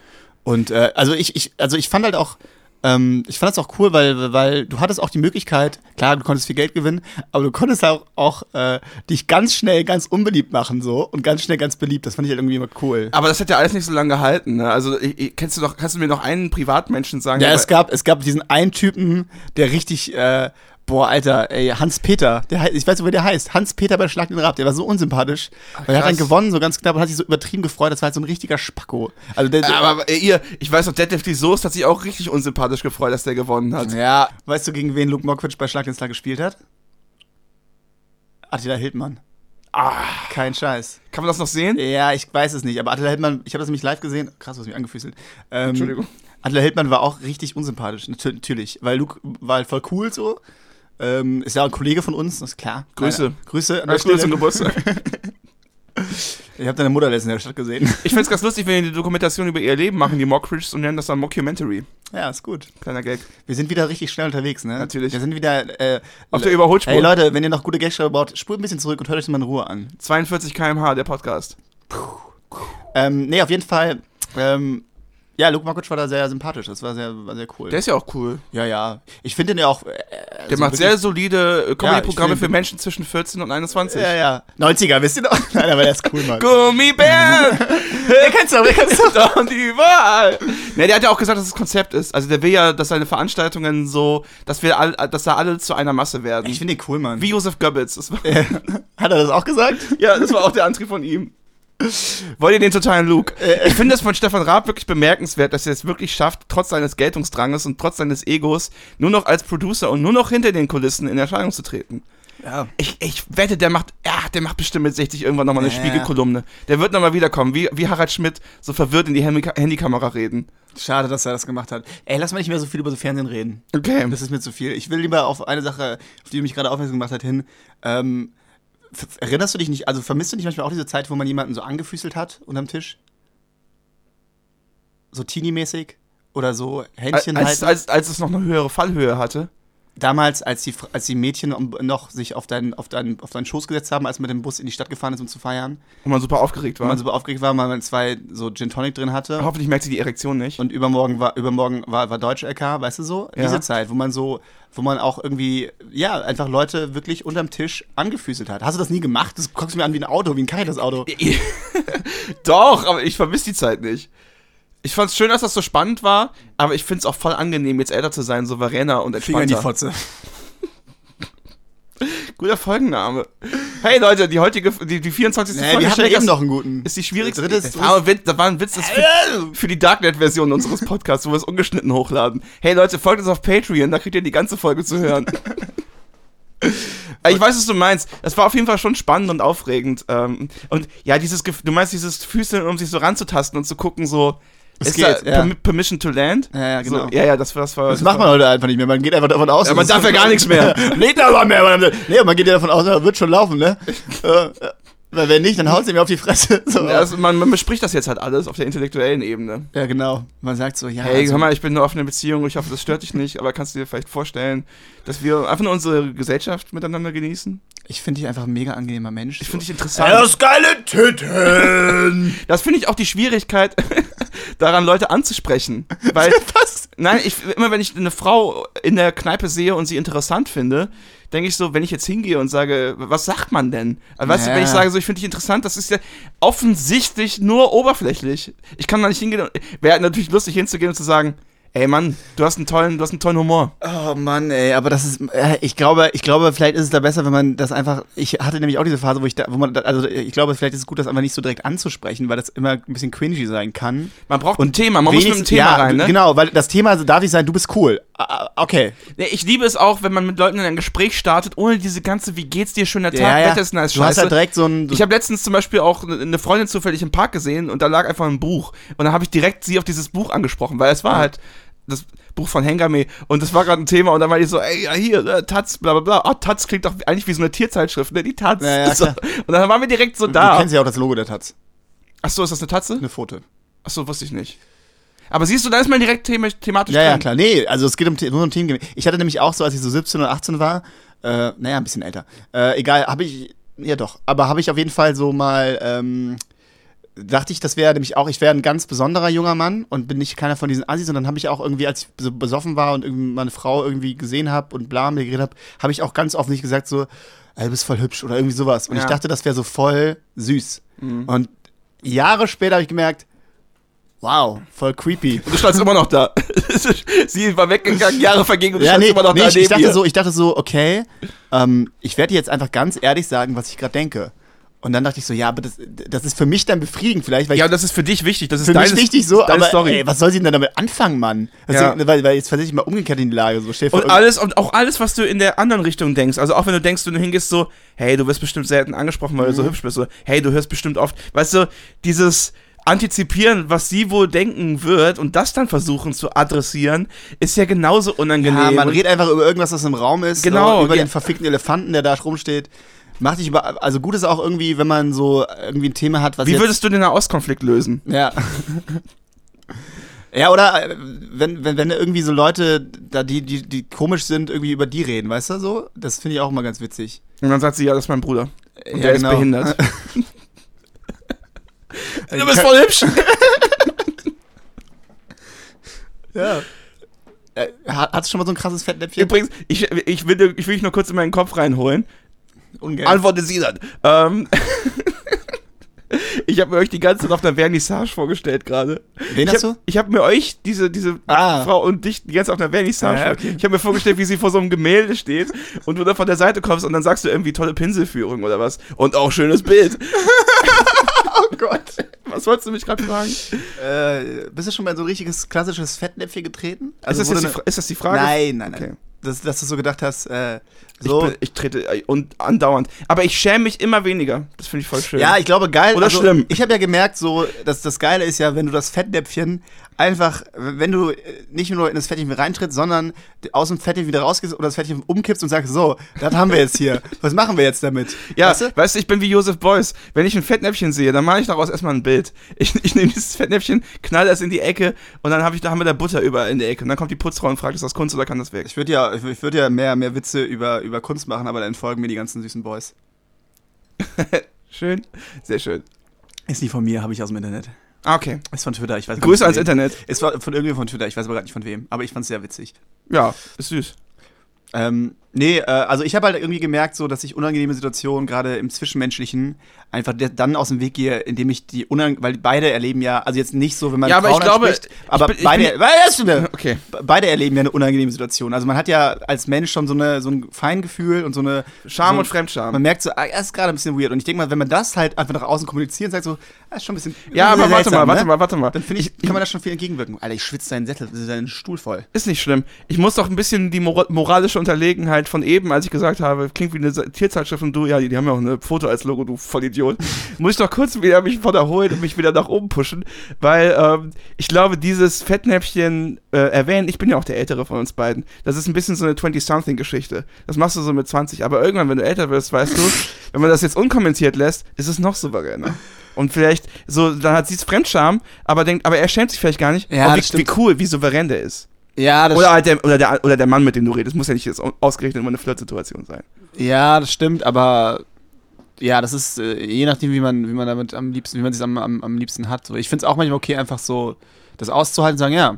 Speaker 2: Und äh, also ich, ich, also ich fand halt auch, ähm, ich fand das auch cool, weil, weil du hattest auch die Möglichkeit, klar, du konntest viel Geld gewinnen, aber du konntest auch, auch äh, dich ganz schnell ganz unbeliebt machen so und ganz schnell ganz beliebt. Das fand ich halt irgendwie immer cool.
Speaker 1: Aber das hat ja alles nicht so lange gehalten, ne? Also, ich, ich, kennst du doch, kannst du mir noch einen Privatmenschen sagen?
Speaker 2: Ja,
Speaker 1: der
Speaker 2: es gab, es gab diesen einen Typen, der richtig, äh, boah, Alter, ey, Hans-Peter, der hei- ich weiß nicht, wie der heißt, Hans-Peter bei Schlag den Rab, der war so unsympathisch, weil er hat dann
Speaker 1: krass.
Speaker 2: gewonnen, so ganz knapp, und hat sich so übertrieben gefreut, das war halt so ein richtiger Spacko. Also der,
Speaker 1: bei, aber äh, ihr, ich weiß noch, Detlef die Soest hat sich auch richtig unsympathisch gefreut, dass der gewonnen hat.
Speaker 2: ja, weißt du, gegen wen Luke Mockridge bei Schlag den Star gespielt hat? Attila Hildmann. Ah, kein Scheiß.
Speaker 1: Kann man das noch sehen?
Speaker 2: Ja, ich weiß es nicht, aber Attila Hildmann, ich habe das nämlich live gesehen. Krass, was mich angefüßelt. Ähm,
Speaker 1: Entschuldigung.
Speaker 2: Attila Hildmann war auch richtig unsympathisch, natür- natürlich, weil Luke war halt voll cool so. Ähm, ist ja auch ein Kollege von uns, das ist klar.
Speaker 1: Grüße.
Speaker 2: Grüße an der
Speaker 1: Alles Gute zum
Speaker 2: *laughs* Stelle.
Speaker 1: Geburtstag.
Speaker 2: Ich habe deine Mutter letztens in der Stadt
Speaker 1: *laughs*
Speaker 2: gesehen.
Speaker 1: Ich find's ganz lustig, wenn die eine Dokumentation über ihr Leben machen, die Mockridges, und nennen das dann Mockumentary.
Speaker 2: Ja, ist gut.
Speaker 1: Kleiner Gag.
Speaker 2: Wir sind wieder richtig schnell unterwegs, ne?
Speaker 1: Natürlich.
Speaker 2: Wir sind wieder äh,
Speaker 1: Auf der Überholspur.
Speaker 2: Hey Leute, wenn ihr noch gute Gags baut, spult ein bisschen zurück und hört euch das mal in Ruhe an.
Speaker 1: 42 km/h, der Podcast.
Speaker 2: Ähm, nee, auf jeden Fall. Ähm, ja, Luke Mockridge war da sehr sympathisch. Das war sehr, war sehr cool.
Speaker 1: Der ist ja auch cool.
Speaker 2: ja, ja. Ich finde den ja auch. Äh,
Speaker 1: Der macht sehr solide äh, Comedy-Programme
Speaker 2: Ja, ich
Speaker 1: für
Speaker 2: find-
Speaker 1: Menschen zwischen 14 und 21.
Speaker 2: Ja, ja. 90er, wisst ihr noch? *laughs* Nein, aber der ist cool, Mann.
Speaker 1: Gummibär!
Speaker 2: Der kennst du, der kennst
Speaker 1: *laughs*
Speaker 2: du.
Speaker 1: und überall! Ne, der hat ja auch gesagt, dass das Konzept ist. Also der will ja, dass seine Veranstaltungen so, dass wir all, dass da alle zu einer Masse werden.
Speaker 2: Ich finde den cool, Mann.
Speaker 1: Wie Josef Goebbels. Das war,
Speaker 2: *laughs* Hat er das auch gesagt?
Speaker 1: *laughs* ja, das war auch der Antrieb von ihm. Wollt ihr den totalen Luke? Ich finde das von Stefan Raab wirklich bemerkenswert, dass er es wirklich schafft, trotz seines Geltungsdranges und trotz seines Egos, nur noch als Producer und nur noch hinter den Kulissen in Erscheinung zu treten.
Speaker 2: Ja.
Speaker 1: Ich, ich wette, der macht, ja, der macht bestimmt mit 60 irgendwann nochmal eine
Speaker 2: Ja.
Speaker 1: Spiegelkolumne. Der wird nochmal wiederkommen, wie, wie Harald Schmidt, so verwirrt in die Handy Handykamera reden.
Speaker 2: Schade, dass er das gemacht hat. Ey, lass mal nicht mehr so viel über so Fernsehen reden.
Speaker 1: Okay.
Speaker 2: Das ist mir zu viel. Ich will lieber auf eine Sache, auf die du mich gerade aufmerksam gemacht hast, hin. Ähm, f- erinnerst du dich nicht, also vermisst du nicht manchmal auch diese Zeit, wo man jemanden so angefüßelt hat unterm Tisch? So teeny-mäßig? Oder so Händchen
Speaker 1: Als,
Speaker 2: halten?
Speaker 1: als, als es noch eine höhere Fallhöhe hatte.
Speaker 2: Damals, als die, Fr- als die Mädchen um- noch sich auf deinen, auf, deinen, auf deinen Schoß gesetzt haben, als man mit dem Bus in die Stadt gefahren ist, um zu feiern.
Speaker 1: Und man super aufgeregt
Speaker 2: Weil
Speaker 1: war.
Speaker 2: man super aufgeregt war, weil man zwei so Gin Tonic drin hatte.
Speaker 1: Hoffentlich merkt sie die Erektion nicht.
Speaker 2: Und übermorgen war übermorgen war, war Deutsche LK, weißt du so?
Speaker 1: Ja.
Speaker 2: Diese Zeit, wo man so, wo man auch irgendwie, ja, einfach Leute wirklich unterm Tisch angefüßelt hat. Hast du das nie gemacht? Das guckst du mir an wie ein Auto, wie ein karies Auto.
Speaker 1: Doch, aber ich vermisse die Zeit nicht. Ich fand's schön, dass das so spannend war, aber ich find's auch voll angenehm, jetzt älter zu sein, souveräner und entspannter.
Speaker 2: Fotze.
Speaker 1: Guter Folgenname. Hey Leute, die heutige, die, die 24.
Speaker 2: Nee, wir hatten ja
Speaker 1: Stell-
Speaker 2: eben noch einen guten.
Speaker 1: ist die schwierigste.
Speaker 2: Drittes-
Speaker 1: das, war, ein Witz- das war ein Witz, das ist für, für die Darknet-Version unseres Podcasts, wo wir es ungeschnitten hochladen. Hey Leute, folgt uns auf Patreon, da kriegt ihr die ganze Folge zu
Speaker 2: *laughs*
Speaker 1: hören. Äh, Ich weiß, was du meinst. Das war auf jeden Fall schon spannend und aufregend. ähm, Und ja, dieses, Gef- du meinst dieses Füßeln, um sich so ranzutasten und zu gucken, so
Speaker 2: Es
Speaker 1: ist
Speaker 2: geht,
Speaker 1: da
Speaker 2: ja.
Speaker 1: Permi- Permission to Land?
Speaker 2: Ja, ja, genau.
Speaker 1: So, ja, ja, das, war- das war.
Speaker 2: Das macht man heute einfach nicht mehr. Man geht einfach davon aus.
Speaker 1: Ja, man
Speaker 2: dass es-
Speaker 1: darf ja gar nichts mehr.
Speaker 2: Lebt aber mehr. Man, *laughs* nee, man geht ja davon aus, ja, wird schon laufen,
Speaker 1: *laughs*
Speaker 2: ne? Äh, Weil wenn nicht, dann haut's ihm auf die Fresse. *laughs* So.
Speaker 1: Ja, das, man, man bespricht das jetzt halt alles auf der intellektuellen Ebene.
Speaker 2: Ja, genau. Man sagt so, ja.
Speaker 1: Hey,
Speaker 2: also-
Speaker 1: hör mal, ich bin in einer offenen Beziehung, ich hoffe, das stört dich nicht, aber kannst du dir vielleicht vorstellen, dass wir einfach nur unsere Gesellschaft miteinander genießen?
Speaker 2: Ich finde dich einfach ein mega angenehmer Mensch.
Speaker 1: Ich finde dich
Speaker 2: Er
Speaker 1: interessant.
Speaker 2: ist geile Titten!
Speaker 1: Das finde ich auch die Schwierigkeit, *laughs* daran Leute anzusprechen. Weil,
Speaker 2: *laughs* Was?
Speaker 1: nein, ich, immer wenn ich eine Frau in der Kneipe sehe und sie interessant finde, denke ich so, wenn ich jetzt hingehe und sage, was sagt man denn? Also, Weißt du, wenn ich
Speaker 2: Ja.
Speaker 1: sage, so, ich finde dich interessant, das ist ja offensichtlich nur oberflächlich. Ich kann da nicht hingehen. und- Wäre natürlich lustig hinzugehen und zu sagen, ey Mann, du hast einen tollen, du hast einen tollen Humor.
Speaker 2: Oh Mann, ey, aber das ist, äh, ich glaube, ich glaube, vielleicht ist es da besser, wenn man das einfach, ich hatte nämlich auch diese Phase, wo ich da, wo man, da- also ich glaube, vielleicht ist es gut, das einfach nicht so direkt anzusprechen, weil das immer ein bisschen cringy sein kann.
Speaker 1: Man braucht ein Thema, man muss mit dem
Speaker 2: Wenigstens-
Speaker 1: Thema
Speaker 2: ja,
Speaker 1: rein, ne?
Speaker 2: Genau, weil das Thema darf nicht sein, du bist cool. Ah, ah, Okay.
Speaker 1: Nee, Ich liebe es auch, wenn man mit Leuten in ein Gespräch startet, ohne diese ganze, wie geht's dir, schöner Tag, Wetter ist nice,
Speaker 2: du hast halt
Speaker 1: scheiße.
Speaker 2: ja direkt so ein,
Speaker 1: ich habe letztens zum Beispiel auch ne- eine Freundin zufällig im Park gesehen und da lag einfach ein Buch. Und dann habe ich direkt sie auf dieses Buch angesprochen, weil es war halt das Buch von Hengame und das war gerade ein Thema und dann war ich so, ey, ja, hier, äh, Taz, bla bla bla. Ah, Taz klingt doch eigentlich wie so eine Tierzeitschrift, ne? Die Taz.
Speaker 2: Ja, ja,
Speaker 1: *laughs* so.
Speaker 2: klar.
Speaker 1: Und dann waren wir direkt so
Speaker 2: du
Speaker 1: da.
Speaker 2: kennst ja auch das Logo der Taz.
Speaker 1: Achso, ist das eine Tatze?
Speaker 2: Eine Pfote.
Speaker 1: Achso, wusste ich nicht. Aber siehst du, da ist man direkt thema- thematisch
Speaker 2: Ja, ja,
Speaker 1: dran.
Speaker 2: klar. Nee, also es geht um, nur um Themen. Ich hatte nämlich auch so, als ich so 17 oder 18 war, äh, naja, ein bisschen älter. Äh, egal, habe ich, ja doch, aber habe ich auf jeden Fall so mal, ähm, dachte ich, das wäre nämlich auch, ich wäre ein ganz besonderer junger Mann und bin nicht keiner von diesen Assis. Und dann habe ich auch irgendwie, als ich so besoffen war und irgendwie meine Frau irgendwie gesehen habe und bla mit ihr geredet habe, habe ich auch ganz offen nicht gesagt so, "Ey, du bist voll hübsch oder irgendwie sowas. Und
Speaker 1: Ja.
Speaker 2: ich dachte, das wäre so voll süß. Und Jahre später habe ich gemerkt, wow, voll creepy.
Speaker 1: Du standst immer noch da. *laughs* Sie war weggegangen, Jahre vergingen *laughs* und du
Speaker 2: Ja,
Speaker 1: standst
Speaker 2: nee,
Speaker 1: immer noch
Speaker 2: nee
Speaker 1: da
Speaker 2: ich, ich,
Speaker 1: neben
Speaker 2: dachte
Speaker 1: ihr.
Speaker 2: so, ich dachte so, okay, ähm, ich werde dir jetzt einfach ganz ehrlich sagen, was ich gerade denke. Und dann dachte ich so, ja, aber das, das ist für mich dann befriedigend vielleicht, weil
Speaker 1: ja,
Speaker 2: ich,
Speaker 1: und das ist für dich wichtig. Das ist
Speaker 2: für
Speaker 1: deine,
Speaker 2: mich wichtig so,
Speaker 1: deine
Speaker 2: aber
Speaker 1: Story.
Speaker 2: Ey, was soll sie denn dann damit anfangen, Mann? Das
Speaker 1: Ja.
Speaker 2: ist, ne, weil, weil jetzt versetze ich mal umgekehrt in die Lage. So, stell dir vor,
Speaker 1: und alles und auch alles, was du in der anderen Richtung denkst. Also auch wenn du denkst, du hingehst so, hey, du wirst bestimmt selten angesprochen, weil du
Speaker 2: Mhm.
Speaker 1: so hübsch bist. Oder, hey, du hörst bestimmt oft. Weißt du, dieses Antizipieren, was sie wohl denken wird und das dann versuchen zu adressieren, ist ja genauso
Speaker 2: irgend-
Speaker 1: unangenehm.
Speaker 2: ja, man
Speaker 1: Und-
Speaker 2: redet einfach über irgendwas, was im Raum ist.
Speaker 1: Genau,
Speaker 2: So, über
Speaker 1: ja.
Speaker 2: den verfickten Elefanten, der da rumsteht. Macht dich über. Also gut ist auch irgendwie, wenn man so irgendwie ein Thema hat, was.
Speaker 1: Wie
Speaker 2: jetzt-
Speaker 1: würdest du den Nahostkonflikt lösen?
Speaker 2: Ja. *laughs* Ja, oder äh, wenn, wenn, wenn irgendwie so Leute, da die, die, die komisch sind, irgendwie über die reden, weißt du so? Das finde ich auch immer ganz witzig.
Speaker 1: Und dann sagt sie, ja, das ist mein Bruder. Und
Speaker 2: Ja,
Speaker 1: der
Speaker 2: genau.
Speaker 1: ist behindert.
Speaker 2: *laughs* Ich
Speaker 1: du bist
Speaker 2: kann-
Speaker 1: voll hübsch.
Speaker 2: Ja. Äh, hat- Hattest du schon mal so ein krasses Fettnäpfchen?
Speaker 1: *laughs* Übrigens, ich, ich, will, dir- ich will dich nur kurz in meinen Kopf reinholen.
Speaker 2: Ungern.
Speaker 1: Antworte sie dann. Ähm, *laughs* ich habe mir euch die ganze Zeit auf einer Vernissage vorgestellt gerade.
Speaker 2: Wen
Speaker 1: Ich
Speaker 2: hast
Speaker 1: habe
Speaker 2: du?
Speaker 1: hab mir euch, diese, diese
Speaker 2: Ah.
Speaker 1: Frau und dich, die ganze Zeit auf einer
Speaker 2: Ah,
Speaker 1: Vernissage.
Speaker 2: ja,
Speaker 1: vorgestellt. Ich habe mir vorgestellt, wie sie vor so einem Gemälde steht und du da von der Seite kommst und dann sagst du irgendwie tolle Pinselführung oder was. Und auch
Speaker 2: *laughs*
Speaker 1: schönes Bild.
Speaker 2: Oh Gott.
Speaker 1: Was wolltest du mich gerade fragen?
Speaker 2: Äh, bist du schon mal in so ein richtiges klassisches Fettnäpfchen getreten?
Speaker 1: ist, das
Speaker 2: Also wurde
Speaker 1: jetzt die,
Speaker 2: eine-
Speaker 1: Fra- ist das die Frage?
Speaker 2: Nein, nein, nein.
Speaker 1: Okay.
Speaker 2: Dass, dass du so gedacht hast, äh,
Speaker 1: So.
Speaker 2: so.
Speaker 1: Ich, bin- ich trete äh, und andauernd. Aber ich schäme mich immer weniger. Das finde ich voll schön.
Speaker 2: ja, ich glaube, geil. also,
Speaker 1: Oder schlimm.
Speaker 2: Ich habe ja gemerkt, so, dass das Geile ist ja, wenn du das Fettnäpfchen einfach, wenn du äh, nicht nur in das Fettnäpfchen reintrittst, sondern aus dem Fettnäpfchen wieder rausgehst oder das Fettnäpfchen umkippst und sagst, so, das haben wir jetzt *laughs* hier. Was machen wir jetzt damit?
Speaker 1: Ja,
Speaker 2: Weißt du?
Speaker 1: weißt du, ich bin wie Josef Beuys. Wenn ich ein Fettnäpfchen sehe, dann mache ich daraus erstmal ein Bild. Ich, ich nehme dieses Fettnäpfchen, knall das in die Ecke und dann hab ich, da haben wir da Butter überall in der Ecke. Und dann kommt die Putzfrau und fragt, ist das Kunst oder kann das weg?
Speaker 2: Ich würde ja, ich würd ja mehr, mehr Witze über, über Kunst machen, aber dann folgen mir die ganzen süßen Boys.
Speaker 1: Schön, sehr schön.
Speaker 2: Ist nicht von mir, habe ich aus dem Internet.
Speaker 1: Ah, okay.
Speaker 2: Ist von Twitter, ich weiß gar
Speaker 1: Grüße
Speaker 2: nicht
Speaker 1: ans
Speaker 2: von wem.
Speaker 1: Internet.
Speaker 2: Ist von von irgendwem von Twitter, ich weiß aber gerade nicht von wem, aber ich fand es sehr witzig.
Speaker 1: Ja, ist süß.
Speaker 2: Ähm, nee, äh, also ich habe halt irgendwie gemerkt, so, dass ich unangenehme Situationen gerade im Zwischenmenschlichen einfach de- dann aus dem Weg gehe, indem ich die unang weil beide erleben ja, also jetzt nicht so, wenn man
Speaker 1: Ja, aber
Speaker 2: Frauen
Speaker 1: ich glaube,
Speaker 2: anspricht,
Speaker 1: ich
Speaker 2: aber
Speaker 1: bin- ich
Speaker 2: beide,
Speaker 1: bin-
Speaker 2: Was ist denn?
Speaker 1: *laughs* Okay.
Speaker 2: ne? Be- beide erleben ja eine unangenehme Situation. Also man hat ja als Mensch schon so eine so ein Feingefühl und so eine
Speaker 1: Scham
Speaker 2: so,
Speaker 1: und Fremdscham.
Speaker 2: Man merkt so, ah, das ist gerade ein bisschen weird. Und ich denke mal, wenn man das halt einfach nach außen kommuniziert, sagt so, das ist schon ein bisschen.
Speaker 1: Ja, aber warte mal,
Speaker 2: seltsam,
Speaker 1: warte
Speaker 2: ne?
Speaker 1: mal, warte mal.
Speaker 2: Dann finde ich, kann man da schon viel entgegenwirken. Alter, ich schwitze deinen Sättel, deinen Stuhl voll.
Speaker 1: Ist nicht schlimm. Ich muss doch ein bisschen die mora- moralische Unterlegenheit von eben, als ich gesagt habe, klingt wie eine Sa- Tierzeitschrift und du, ja, die, die haben ja auch ein Foto als Logo, du Vollidiot.
Speaker 2: *laughs*
Speaker 1: muss ich doch kurz wieder mich von erholen und mich wieder nach oben pushen, weil ähm, ich glaube, dieses Fettnäpfchen äh, erwähnen, ich bin ja auch der Ältere von uns beiden, das ist ein bisschen so eine 20-something-Geschichte. Das machst du so mit 20, aber irgendwann, wenn du älter wirst,
Speaker 2: *laughs*
Speaker 1: weißt du, wenn man das jetzt unkommentiert lässt, ist es noch souveräner. Und vielleicht, so, dann hat sie es Fremdscham, aber denkt, aber er schämt sich vielleicht gar nicht,
Speaker 2: Ja, das
Speaker 1: oh, wie, wie
Speaker 2: stimmt.
Speaker 1: cool, wie souverän der ist.
Speaker 2: Ja, das
Speaker 1: Oder, halt der, oder, der, oder der Mann, mit dem du redest. Muss ja nicht jetzt au- ausgerechnet immer eine Flirtsituation sein.
Speaker 2: Ja, das stimmt, aber ja, das ist äh, je nachdem, wie man, wie man damit am liebsten, wie man es am, am, am liebsten hat. So, ich finde es auch manchmal okay, einfach so das auszuhalten und sagen, ja.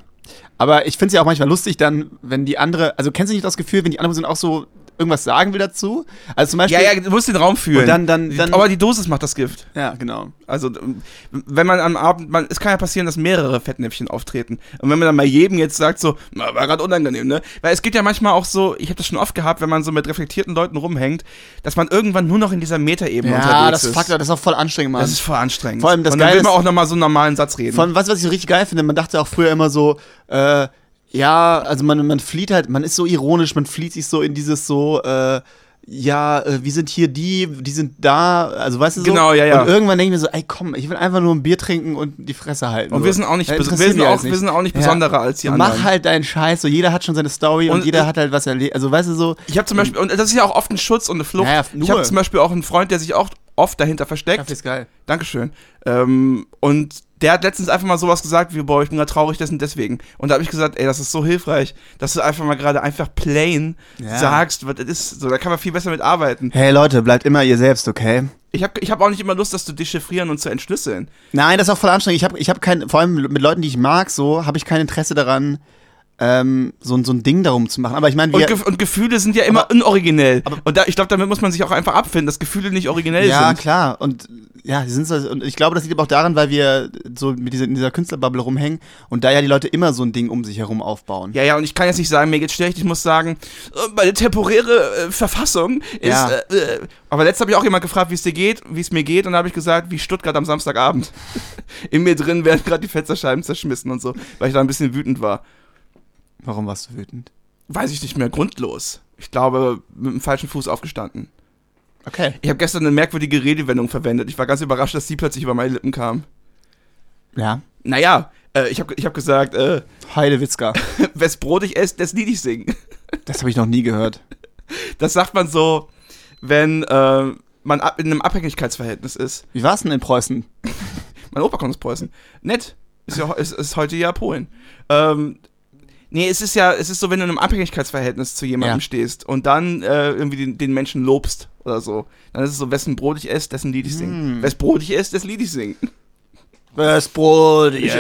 Speaker 2: Aber ich finde es ja auch manchmal lustig dann, wenn die andere, also kennst du nicht das Gefühl, wenn die andere Person auch so irgendwas sagen will dazu? Also zum Beispiel.
Speaker 1: du musst den Raum fühlen.
Speaker 2: Und dann, dann, dann.
Speaker 1: Aber die Dosis macht das Gift.
Speaker 2: ja, genau.
Speaker 1: Also, ähm, wenn man am Abend, man, es kann ja passieren, dass mehrere Fettnäpfchen auftreten. Und wenn man dann mal jedem jetzt sagt, so, "Na, war gerade unangenehm, ne? Weil es geht ja manchmal auch so, ich habe das schon oft gehabt, wenn man so mit reflektierten Leuten rumhängt, dass man irgendwann nur noch in dieser Metaebene
Speaker 2: Ja,
Speaker 1: unterwegs
Speaker 2: das,
Speaker 1: ist.
Speaker 2: fuckt, das ist auch voll anstrengend, Mann.
Speaker 1: das ist voll anstrengend.
Speaker 2: Vor allem das
Speaker 1: Und dann
Speaker 2: Geile
Speaker 1: will man
Speaker 2: ist-
Speaker 1: auch nochmal so einen normalen Satz reden.
Speaker 2: Von was, was ich so richtig geil finde, man dachte auch früher immer so, äh, ja, also man, man flieht halt, man ist so ironisch, man flieht sich so in dieses so, äh, ja, äh, wir sind hier die, die sind da, also weißt du so.
Speaker 1: Genau, ja, ja.
Speaker 2: Und irgendwann denke ich mir so, ey, komm, ich will einfach nur ein Bier trinken und die Fresse halten.
Speaker 1: und
Speaker 2: so.
Speaker 1: wir sind auch nicht,
Speaker 2: Ja,
Speaker 1: bes- wir
Speaker 2: interessiert
Speaker 1: sind
Speaker 2: mich
Speaker 1: auch,
Speaker 2: alles
Speaker 1: wir sind auch nicht
Speaker 2: halt Ja.
Speaker 1: besonderer als die
Speaker 2: So,
Speaker 1: anderen.
Speaker 2: Mach halt deinen Scheiß, so jeder hat schon seine Story und,
Speaker 1: Und-
Speaker 2: jeder hat halt was erlebt, also weißt du so.
Speaker 1: Ich habe zum Beispiel, und das ist ja auch oft ein Schutz und eine Flucht.
Speaker 2: Ja, ja,
Speaker 1: ich
Speaker 2: nur.
Speaker 1: habe zum Beispiel auch einen Freund, der sich auch oft dahinter versteckt.
Speaker 2: ist geil.
Speaker 1: Dankeschön. Ähm, und der hat letztens einfach mal sowas gesagt wie, boah, ich bin gerade traurig, das und deswegen. Und da habe ich gesagt, ey, das ist so hilfreich, dass du einfach mal gerade einfach plain
Speaker 2: Ja.
Speaker 1: sagst, was das ist. So, da kann man viel besser mit arbeiten.
Speaker 2: Hey Leute, bleibt immer ihr selbst, okay?
Speaker 1: Ich habe ich hab auch nicht immer Lust, das zu dechiffrieren und zu entschlüsseln.
Speaker 2: Nein, das ist auch voll anstrengend. Ich habe ich hab kein, vor allem mit Leuten, die ich mag, so, habe ich kein Interesse daran, ähm, so, ein- so ein Ding darum zu machen. Aber ich meine,
Speaker 1: Und,
Speaker 2: wir.
Speaker 1: Gef und Gefühle sind ja immer unoriginell.
Speaker 2: aber-
Speaker 1: und da, ich glaube, damit muss man sich auch einfach abfinden, dass Gefühle nicht originell
Speaker 2: ja,
Speaker 1: sind.
Speaker 2: klar. Und ja, die sind so, und ich glaube, das liegt aber auch daran, weil wir so mit dieser, in dieser Künstlerbubble rumhängen und da ja die Leute immer so ein Ding um sich herum aufbauen.
Speaker 1: Ja, ja, und ich kann jetzt nicht sagen, mir geht's schlecht, ich muss sagen, äh, meine temporäre äh, Verfassung ist.
Speaker 2: Ja.
Speaker 1: Äh, äh, aber letztens habe ich auch jemand gefragt, wie es dir geht, wie es mir geht, und da habe ich gesagt, wie Stuttgart am Samstagabend. *laughs* In mir drin werden gerade die Fensterscheiben zerschmissen und so, weil ich da ein bisschen wütend war.
Speaker 2: Warum warst du wütend?
Speaker 1: Weiß ich nicht mehr, grundlos. Ich glaube, mit dem falschen Fuß aufgestanden.
Speaker 2: Okay.
Speaker 1: Ich habe gestern eine merkwürdige Redewendung verwendet. Ich war ganz überrascht, dass die plötzlich über meine Lippen kam.
Speaker 2: Ja.
Speaker 1: Naja, äh, ich habe ich hab gesagt, äh, *laughs*
Speaker 2: Heidewitzka.
Speaker 1: wes Brot ich esse, des Lied ich singen.
Speaker 2: Das habe ich noch nie gehört.
Speaker 1: Das sagt man so, wenn, äh, man ab, in einem Abhängigkeitsverhältnis ist.
Speaker 2: Wie war's denn in Preußen?
Speaker 1: Mein Opa kommt aus Preußen. Nett. Ist, ja, ist, ist heute ja Polen. Ähm, nee, es ist ja, es ist so, wenn du in einem Abhängigkeitsverhältnis zu jemandem
Speaker 2: Ja.
Speaker 1: stehst und dann äh, irgendwie den, den Menschen lobst oder so, dann ist es so, wessen Brot ich esse, dessen Lied ich singe. Wes Brot ich esse, dessen Lied ich singe.
Speaker 2: Das Brot ich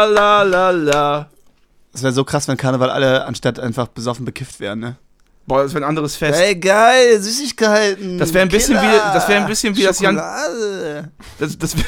Speaker 1: Schalalalalala.
Speaker 2: Es wäre so krass, wenn Karneval alle anstatt einfach besoffen bekifft wären, ne?
Speaker 1: Boah, das wäre ein anderes Fest.
Speaker 2: geil, Süßigkeiten.
Speaker 1: Das wäre ein bisschen wie, das wäre ein bisschen wie das Jan,
Speaker 2: Schokolade.
Speaker 1: das, *laughs* das,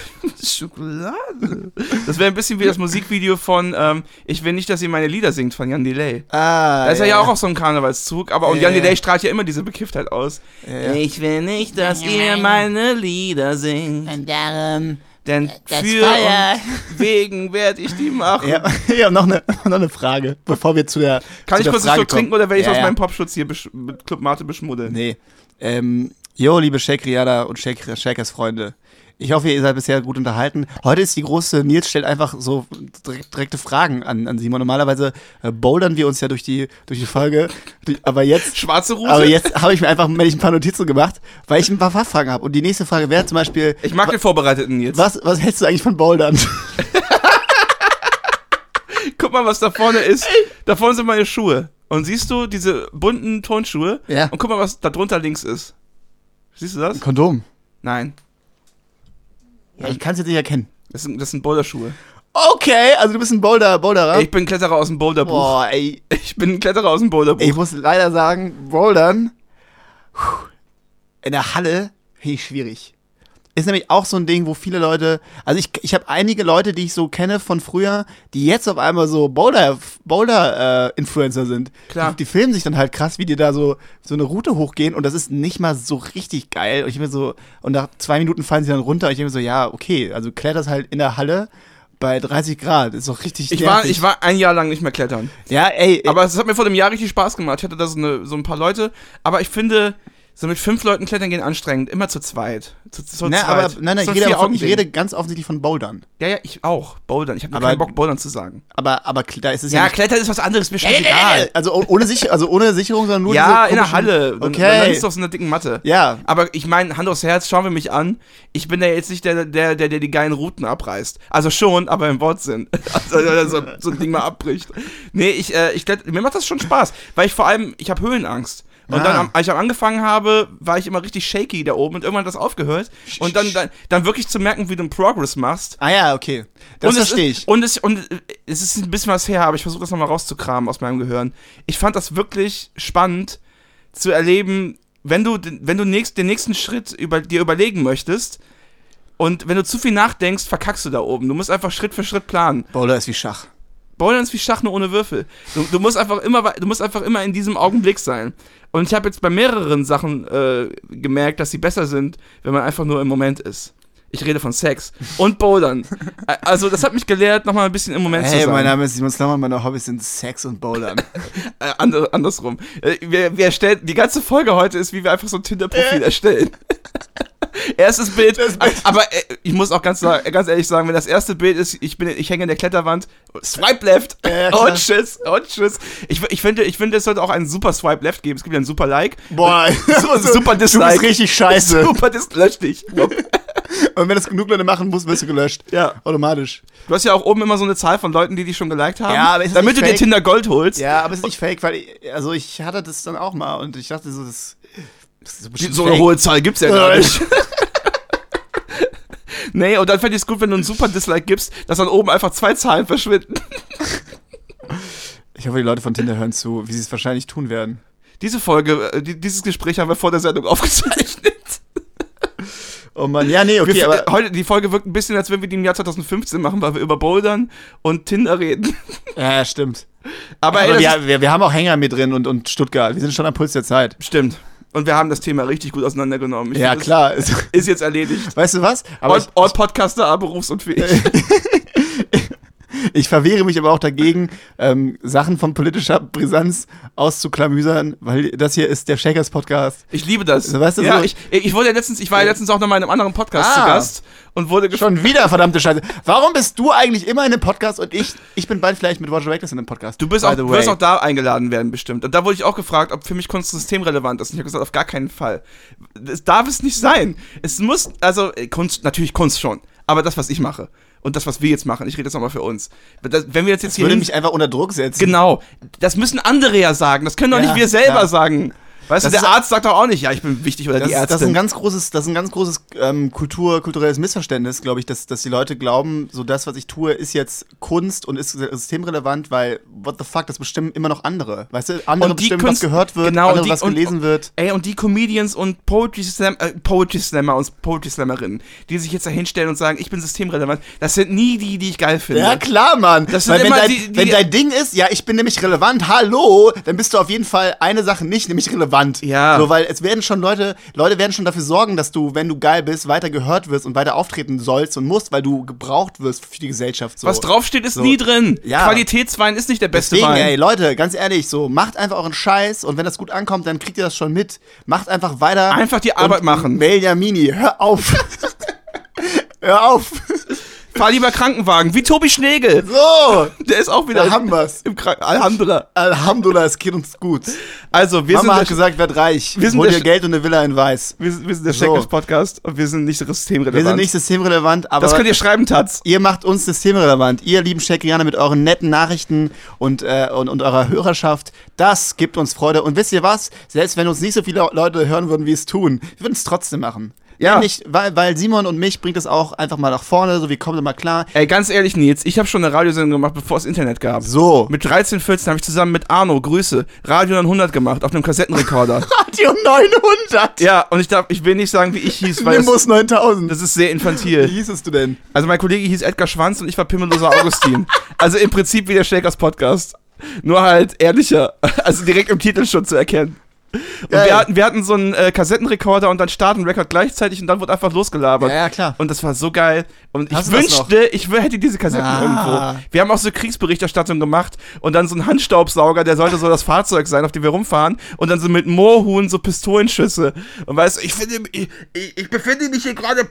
Speaker 1: das wäre ein bisschen wie das Musikvideo von, ähm, ich will nicht, dass ihr meine Lieder singt von Jan Delay.
Speaker 2: Ah,
Speaker 1: Da ist er ja auch auf so einem Karnevalszug, aber und
Speaker 2: Ja,
Speaker 1: Jan
Speaker 2: ja.
Speaker 1: Delay strahlt ja immer diese Bekifftheit aus.
Speaker 2: Ja, ja.
Speaker 1: Ich will nicht, dass ihr meine Lieder singt,
Speaker 3: Und darum
Speaker 1: denn
Speaker 3: das
Speaker 1: für
Speaker 3: Feuer.
Speaker 1: und wegen werde ich die machen.
Speaker 2: Ja, *laughs* ich habe noch eine, noch eine Frage, bevor wir zu der
Speaker 1: Kann
Speaker 2: zu
Speaker 1: ich
Speaker 2: der
Speaker 1: kurz einen
Speaker 2: Frage
Speaker 1: Schluck
Speaker 2: kommen.
Speaker 1: trinken oder werde ich
Speaker 2: ja,
Speaker 1: aus
Speaker 2: ja.
Speaker 1: meinem Popschutz hier besch mit Club Mate beschmuddeln?
Speaker 2: Nee. Ähm, jo, liebe Shake Riada und Shake Shakers Freunde. Ich hoffe, ihr seid bisher gut unterhalten. Heute ist die große, Nils stellt einfach so direkt, direkte Fragen an, an Simon. Normalerweise äh, bouldern wir uns ja durch die, durch die Folge. Die, aber jetzt
Speaker 1: Schwarze Rose?
Speaker 2: Aber jetzt habe ich mir einfach mir nicht ein paar Notizen gemacht, weil ich ein paar Fachfragen habe. Und die nächste Frage wäre zum Beispiel,
Speaker 1: ich mag den Vorbereiteten jetzt.
Speaker 2: was, was hältst du eigentlich von Bouldern?
Speaker 1: Guck mal, was
Speaker 2: *laughs*
Speaker 1: da vorne ist. Da vorne sind meine Schuhe. Und siehst du diese bunten Turnschuhe?
Speaker 2: Ja.
Speaker 1: Und guck mal, was da drunter links ist. Siehst du das?
Speaker 2: Kondom.
Speaker 1: Nein.
Speaker 2: Ja, ich kann es jetzt nicht erkennen.
Speaker 1: Das sind, das sind Boulderschuhe.
Speaker 2: Okay, also du bist ein Boulder, Boulderer.
Speaker 1: Ich bin Kletterer aus dem Boulderbuch.
Speaker 2: Boah, ey,
Speaker 1: Ich bin Kletterer aus dem Boulderbuch.
Speaker 2: ich muss leider sagen, Bouldern puh, in der Halle finde ich schwierig. Ist nämlich auch so ein Ding, wo viele Leute, also ich, ich habe einige Leute, die ich so kenne von früher, die jetzt auf einmal so Boulder, Boulder äh, Influencer sind.
Speaker 1: Klar.
Speaker 2: Die, die filmen sich dann halt krass, wie die da so so eine Route hochgehen und das ist nicht mal so richtig geil. Und ich bin so und nach zwei Minuten fallen sie dann runter. Und ich denke mir so, ja okay, also kletterst halt in der Halle bei 30 Grad, ist doch richtig.
Speaker 1: Ich war,
Speaker 2: nervig.
Speaker 1: ich war ein Jahr lang nicht mehr klettern.
Speaker 2: ja ey, äh,
Speaker 1: Aber es hat mir vor dem Jahr richtig Spaß gemacht. Ich hatte da so, eine, so ein paar Leute. Aber ich finde, so mit fünf Leuten klettern gehen anstrengend. Immer zu zweit. Zu, zu
Speaker 2: Na,
Speaker 1: zweit.
Speaker 2: ne, aber nein, nein,
Speaker 1: So
Speaker 2: ich rede,
Speaker 1: ein
Speaker 2: von, ich
Speaker 1: Vier-Augen-Ding.
Speaker 2: rede ganz offensichtlich von Bouldern.
Speaker 1: Ja, ja, ich auch. Bouldern. Ich habe
Speaker 2: Aber-
Speaker 1: keinen Bock, Bouldern zu sagen.
Speaker 2: Aber, aber kl- da ist es ja,
Speaker 1: Ja,
Speaker 2: nicht
Speaker 1: Klettern ist was anderes. Mir
Speaker 2: egal. Also oh- ohne, Sich also ohne Sicherung, sondern nur
Speaker 1: Ja,
Speaker 2: diese
Speaker 1: in der
Speaker 2: komischen-
Speaker 1: Halle. Dann,
Speaker 2: Okay.
Speaker 1: dann ist doch so eine dicken Matte.
Speaker 2: ja,
Speaker 1: Aber ich meine, Hand aufs Herz, schauen wir mich an. Ich bin ja jetzt nicht der, der, der, der die geilen Routen abreißt. Also schon, aber im Wortsinn. *laughs* Also der so, so ein Ding mal abbricht. Nee, ich, äh, ich, glaub, mir macht das schon Spaß, weil ich vor allem, ich habe Höhenangst. Und
Speaker 2: Ah.
Speaker 1: dann, am- als ich am angefangen habe, war ich immer richtig shaky da oben und irgendwann hat das aufgehört. Und dann, dann, dann wirklich zu merken, wie du einen Progress machst.
Speaker 2: ah ja, okay. Das
Speaker 1: und es
Speaker 2: verstehe
Speaker 1: ist-
Speaker 2: ich.
Speaker 1: Und es, und äh, es ist ein bisschen was her, aber ich versuche das nochmal rauszukramen aus meinem Gehirn. Ich fand das wirklich spannend zu erleben, wenn du, den- wenn du nächst, den nächsten Schritt über, dir überlegen möchtest und wenn du zu viel nachdenkst, verkackst du da oben. Du musst einfach Schritt für Schritt planen.
Speaker 2: Boulder ist wie Schach.
Speaker 1: Bouldern ist wie Schach nur ohne Würfel. Du, du, musst einfach immer, wei- du musst einfach immer in diesem Augenblick sein. Und ich habe jetzt bei mehreren Sachen äh, gemerkt, dass sie besser sind, wenn man einfach nur im Moment ist. Ich rede von Sex und Bouldern. Ä- Also das hat mich gelehrt, nochmal ein bisschen im Moment zu
Speaker 2: Hey,
Speaker 1: sein.
Speaker 2: mein Name ist Simon Slammer, meine Hobbys sind Sex und *laughs* Bouldern.
Speaker 1: äh, ander, andersrum. Äh, wir, wir erstellen, die ganze Folge heute ist, wie wir einfach so ein Tinder-Profil
Speaker 2: Äh.
Speaker 1: erstellen. *laughs* Erstes Bild, aber äh, ich muss auch ganz, sa- ganz ehrlich sagen, wenn das erste Bild ist, ich bin, ich hänge in der Kletterwand, swipe left
Speaker 2: Ja, klar.
Speaker 1: und tschüss, und tschüss. Ich, ich finde, ich finde, es sollte auch einen super swipe left geben. Es gibt ja einen super Like,
Speaker 2: Boah, *laughs* also,
Speaker 1: super
Speaker 2: du bist
Speaker 1: Dislike.
Speaker 2: richtig *laughs* scheiße.
Speaker 1: super, das lösch dich.
Speaker 2: Und wenn das genug Leute machen, musst, wirst du gelöscht.
Speaker 1: Ja.
Speaker 2: Automatisch.
Speaker 1: Du hast ja auch oben immer so eine Zahl von Leuten, die dich schon geliked haben,
Speaker 2: Ja, aber ist das
Speaker 1: damit
Speaker 2: nicht
Speaker 1: du dir
Speaker 2: fake?
Speaker 1: Tinder Gold holst.
Speaker 2: Ja, aber es ist nicht fake, weil ich, also ich hatte das dann auch mal und ich dachte so, das, das ist
Speaker 1: Die-
Speaker 2: bestimmt
Speaker 1: So eine
Speaker 2: fake.
Speaker 1: hohe Zahl gibt's ja gar
Speaker 2: Äh,
Speaker 1: nicht. *laughs* Nee, und dann fände ich es gut, wenn du einen super Dislike gibst, dass dann oben einfach zwei Zahlen verschwinden.
Speaker 2: Ich hoffe, die Leute von Tinder hören zu, wie sie es wahrscheinlich tun werden.
Speaker 1: Diese Folge, äh, die, dieses Gespräch haben wir vor der Sendung aufgezeichnet.
Speaker 2: Oh Mann, *laughs* ja, nee, okay,
Speaker 1: Wir, äh,
Speaker 2: aber
Speaker 1: *laughs* heute, die Folge wirkt ein bisschen, als wenn wir die im Jahr 2015 machen, weil wir über Bouldern und Tinder reden. *laughs*
Speaker 2: Ja, stimmt.
Speaker 1: Aber,
Speaker 2: Aber,
Speaker 1: ey, das
Speaker 2: wir, wir, wir haben auch Hänger mit drin und, und Stuttgart. Wir sind schon am Puls der Zeit.
Speaker 1: ist, stimmt. Und wir haben das Thema richtig gut auseinandergenommen. Ich
Speaker 2: Ja,
Speaker 1: find, das
Speaker 2: klar. *laughs*
Speaker 1: Ist jetzt erledigt.
Speaker 2: Weißt du was? Aber
Speaker 1: all,
Speaker 2: ich, *laughs*
Speaker 1: all Podcaster, aber berufsunfähig.
Speaker 2: Ich verwehre mich aber auch dagegen, ähm, Sachen von politischer Brisanz auszuklamüsern, weil das hier ist der Shakers Podcast.
Speaker 1: Ich liebe das.
Speaker 2: So, weißt du,
Speaker 1: ja,
Speaker 2: so-
Speaker 1: ich, ich wurde ja letztens, ich war ja letztens auch nochmal in einem anderen Podcast
Speaker 2: Ah.
Speaker 1: zu Gast und wurde gefragt.
Speaker 2: Schon wieder verdammte Scheiße. Warum bist du eigentlich immer in einem Podcast und ich, ich bin bald vielleicht mit Roger Reckless in einem Podcast?
Speaker 1: Du bist
Speaker 2: by
Speaker 1: auch,
Speaker 2: the
Speaker 1: du
Speaker 2: way.
Speaker 1: wirst auch da eingeladen werden, bestimmt. Und da wurde ich auch gefragt, ob für mich Kunst systemrelevant ist. Und ich habe gesagt, auf gar keinen Fall. Das darf es nicht sein. Es muss, also äh, Kunst, natürlich Kunst schon, aber das, was ich mache und das, was wir jetzt machen, ich rede jetzt nochmal für uns. Das, wenn wir das jetzt hier
Speaker 2: würde
Speaker 1: hin-
Speaker 2: mich einfach unter Druck setzen.
Speaker 1: genau, das müssen andere ja sagen. Das können doch
Speaker 2: Ja,
Speaker 1: nicht wir selber
Speaker 2: ja.
Speaker 1: sagen. Weißt
Speaker 2: Das
Speaker 1: du,
Speaker 2: ist-
Speaker 1: der Arzt sagt doch auch nicht, ja, ich bin wichtig oder
Speaker 2: Das,
Speaker 1: die
Speaker 2: ist-
Speaker 1: Ärztin.
Speaker 2: das ist ein ganz großes, das ist ein ganz großes ähm, Kultur, kulturelles Missverständnis, glaube ich, dass, dass die Leute glauben, so das, was ich tue, ist jetzt Kunst und ist systemrelevant, weil what the fuck, das bestimmen immer noch andere. Weißt du, andere
Speaker 1: Und die
Speaker 2: bestimmen, was
Speaker 1: Künst-
Speaker 2: gehört wird,
Speaker 1: genau, und
Speaker 2: andere,
Speaker 1: die-
Speaker 2: was
Speaker 1: und-
Speaker 2: gelesen wird.
Speaker 1: Ey, und die Comedians und Poetry, Slam, äh, Poetry Slammer und Poetry Slammerinnen, die sich jetzt da hinstellen und sagen, ich bin systemrelevant, das sind nie die, die ich geil finde.
Speaker 2: Ja, klar, Mann.
Speaker 1: Das sind
Speaker 2: Weil wenn,
Speaker 1: immer
Speaker 2: dein,
Speaker 1: die- die-
Speaker 2: wenn dein Ding ist, ja, ich bin nämlich relevant, hallo, dann bist du auf jeden Fall eine Sache nicht, nämlich relevant.
Speaker 1: Ja.
Speaker 2: So, weil es werden schon Leute, Leute werden schon dafür sorgen, dass du, wenn du geil bist, weiter gehört wirst und weiter auftreten sollst und musst, weil du gebraucht wirst für die Gesellschaft. So.
Speaker 1: Was draufsteht, ist
Speaker 2: So.
Speaker 1: nie drin.
Speaker 2: Ja.
Speaker 1: Qualitätswein ist nicht der beste
Speaker 2: Deswegen,
Speaker 1: Wein.
Speaker 2: ey, Leute, ganz ehrlich, so, macht einfach euren Scheiß und wenn das gut ankommt, dann kriegt ihr das schon mit. Macht einfach weiter.
Speaker 1: Einfach die Arbeit
Speaker 2: und
Speaker 1: machen.
Speaker 2: Benjamini, hör
Speaker 1: *laughs*
Speaker 2: auf. hör auf.
Speaker 1: Fahr lieber Krankenwagen, wie Tobi Schnegel.
Speaker 2: So,
Speaker 1: Der ist auch wieder
Speaker 2: da haben wir's.
Speaker 1: im Kranken. Alhamdulillah.
Speaker 2: Alhamdulillah, es geht uns gut.
Speaker 1: Also, wir
Speaker 2: Mama hat
Speaker 1: sind, der,
Speaker 2: gesagt, werd reich.
Speaker 1: wir sind
Speaker 2: Hol
Speaker 1: der
Speaker 2: dir
Speaker 1: Sch-
Speaker 2: Geld und eine Villa in Weiß.
Speaker 1: wir, sind- wir sind der
Speaker 2: So.
Speaker 1: Checkers Podcast und wir sind nicht systemrelevant.
Speaker 2: Wir sind nicht systemrelevant, aber
Speaker 1: das könnt ihr schreiben, Taz.
Speaker 2: ihr macht uns systemrelevant. Ihr lieben Checkrianer mit euren netten Nachrichten und, äh, und, und eurer Hörerschaft, das gibt uns Freude. Und wisst ihr was? Selbst wenn uns nicht so viele Leute hören würden, wie es tun, wir würden es trotzdem machen.
Speaker 1: Ja.
Speaker 2: Nämlich, weil, weil Simon und mich bringt es auch einfach mal nach vorne, so wir kommen immer klar.
Speaker 1: Ey, ganz ehrlich, Nils, ich habe schon eine Radiosendung gemacht, bevor es Internet gab.
Speaker 2: So.
Speaker 1: Mit 13, 14 habe ich zusammen mit Arno, Grüße, Radio 900 gemacht, auf
Speaker 2: *laughs*
Speaker 1: einem Kassettenrekorder.
Speaker 2: Radio 900! Ja,
Speaker 1: ja, und ich darf, ich will nicht sagen, wie ich hieß, weil das,
Speaker 2: Nimbus 9000.
Speaker 1: das ist sehr
Speaker 2: Wie
Speaker 1: infantil.
Speaker 2: hießest du denn?
Speaker 1: Also mein Kollege hieß Edgar Schwanz und ich war Pimmelloser Augustin. also im Prinzip wie der Shakers Podcast. Nur halt ehrlicher. *laughs* Also direkt im Titel schon zu erkennen. Und
Speaker 2: Geil.
Speaker 1: wir hatten, wir hatten so einen äh, Kassettenrekorder und dann starten Rekord gleichzeitig und dann wurde einfach losgelabert.
Speaker 2: ja, klar.
Speaker 1: Und das war so geil. Und ich
Speaker 2: Hast du das noch?
Speaker 1: wünschte, ich wür- hätte diese Kassetten
Speaker 2: Ah.
Speaker 1: irgendwo. Wir haben auch so Kriegsberichterstattung gemacht und dann so einen Handstaubsauger, der sollte so das Fahrzeug sein, auf dem wir rumfahren. Und dann so mit Moorhuhn so Pistolenschüsse. Und weißt du, ich, finde, ich, ich, ich befinde mich hier gerade.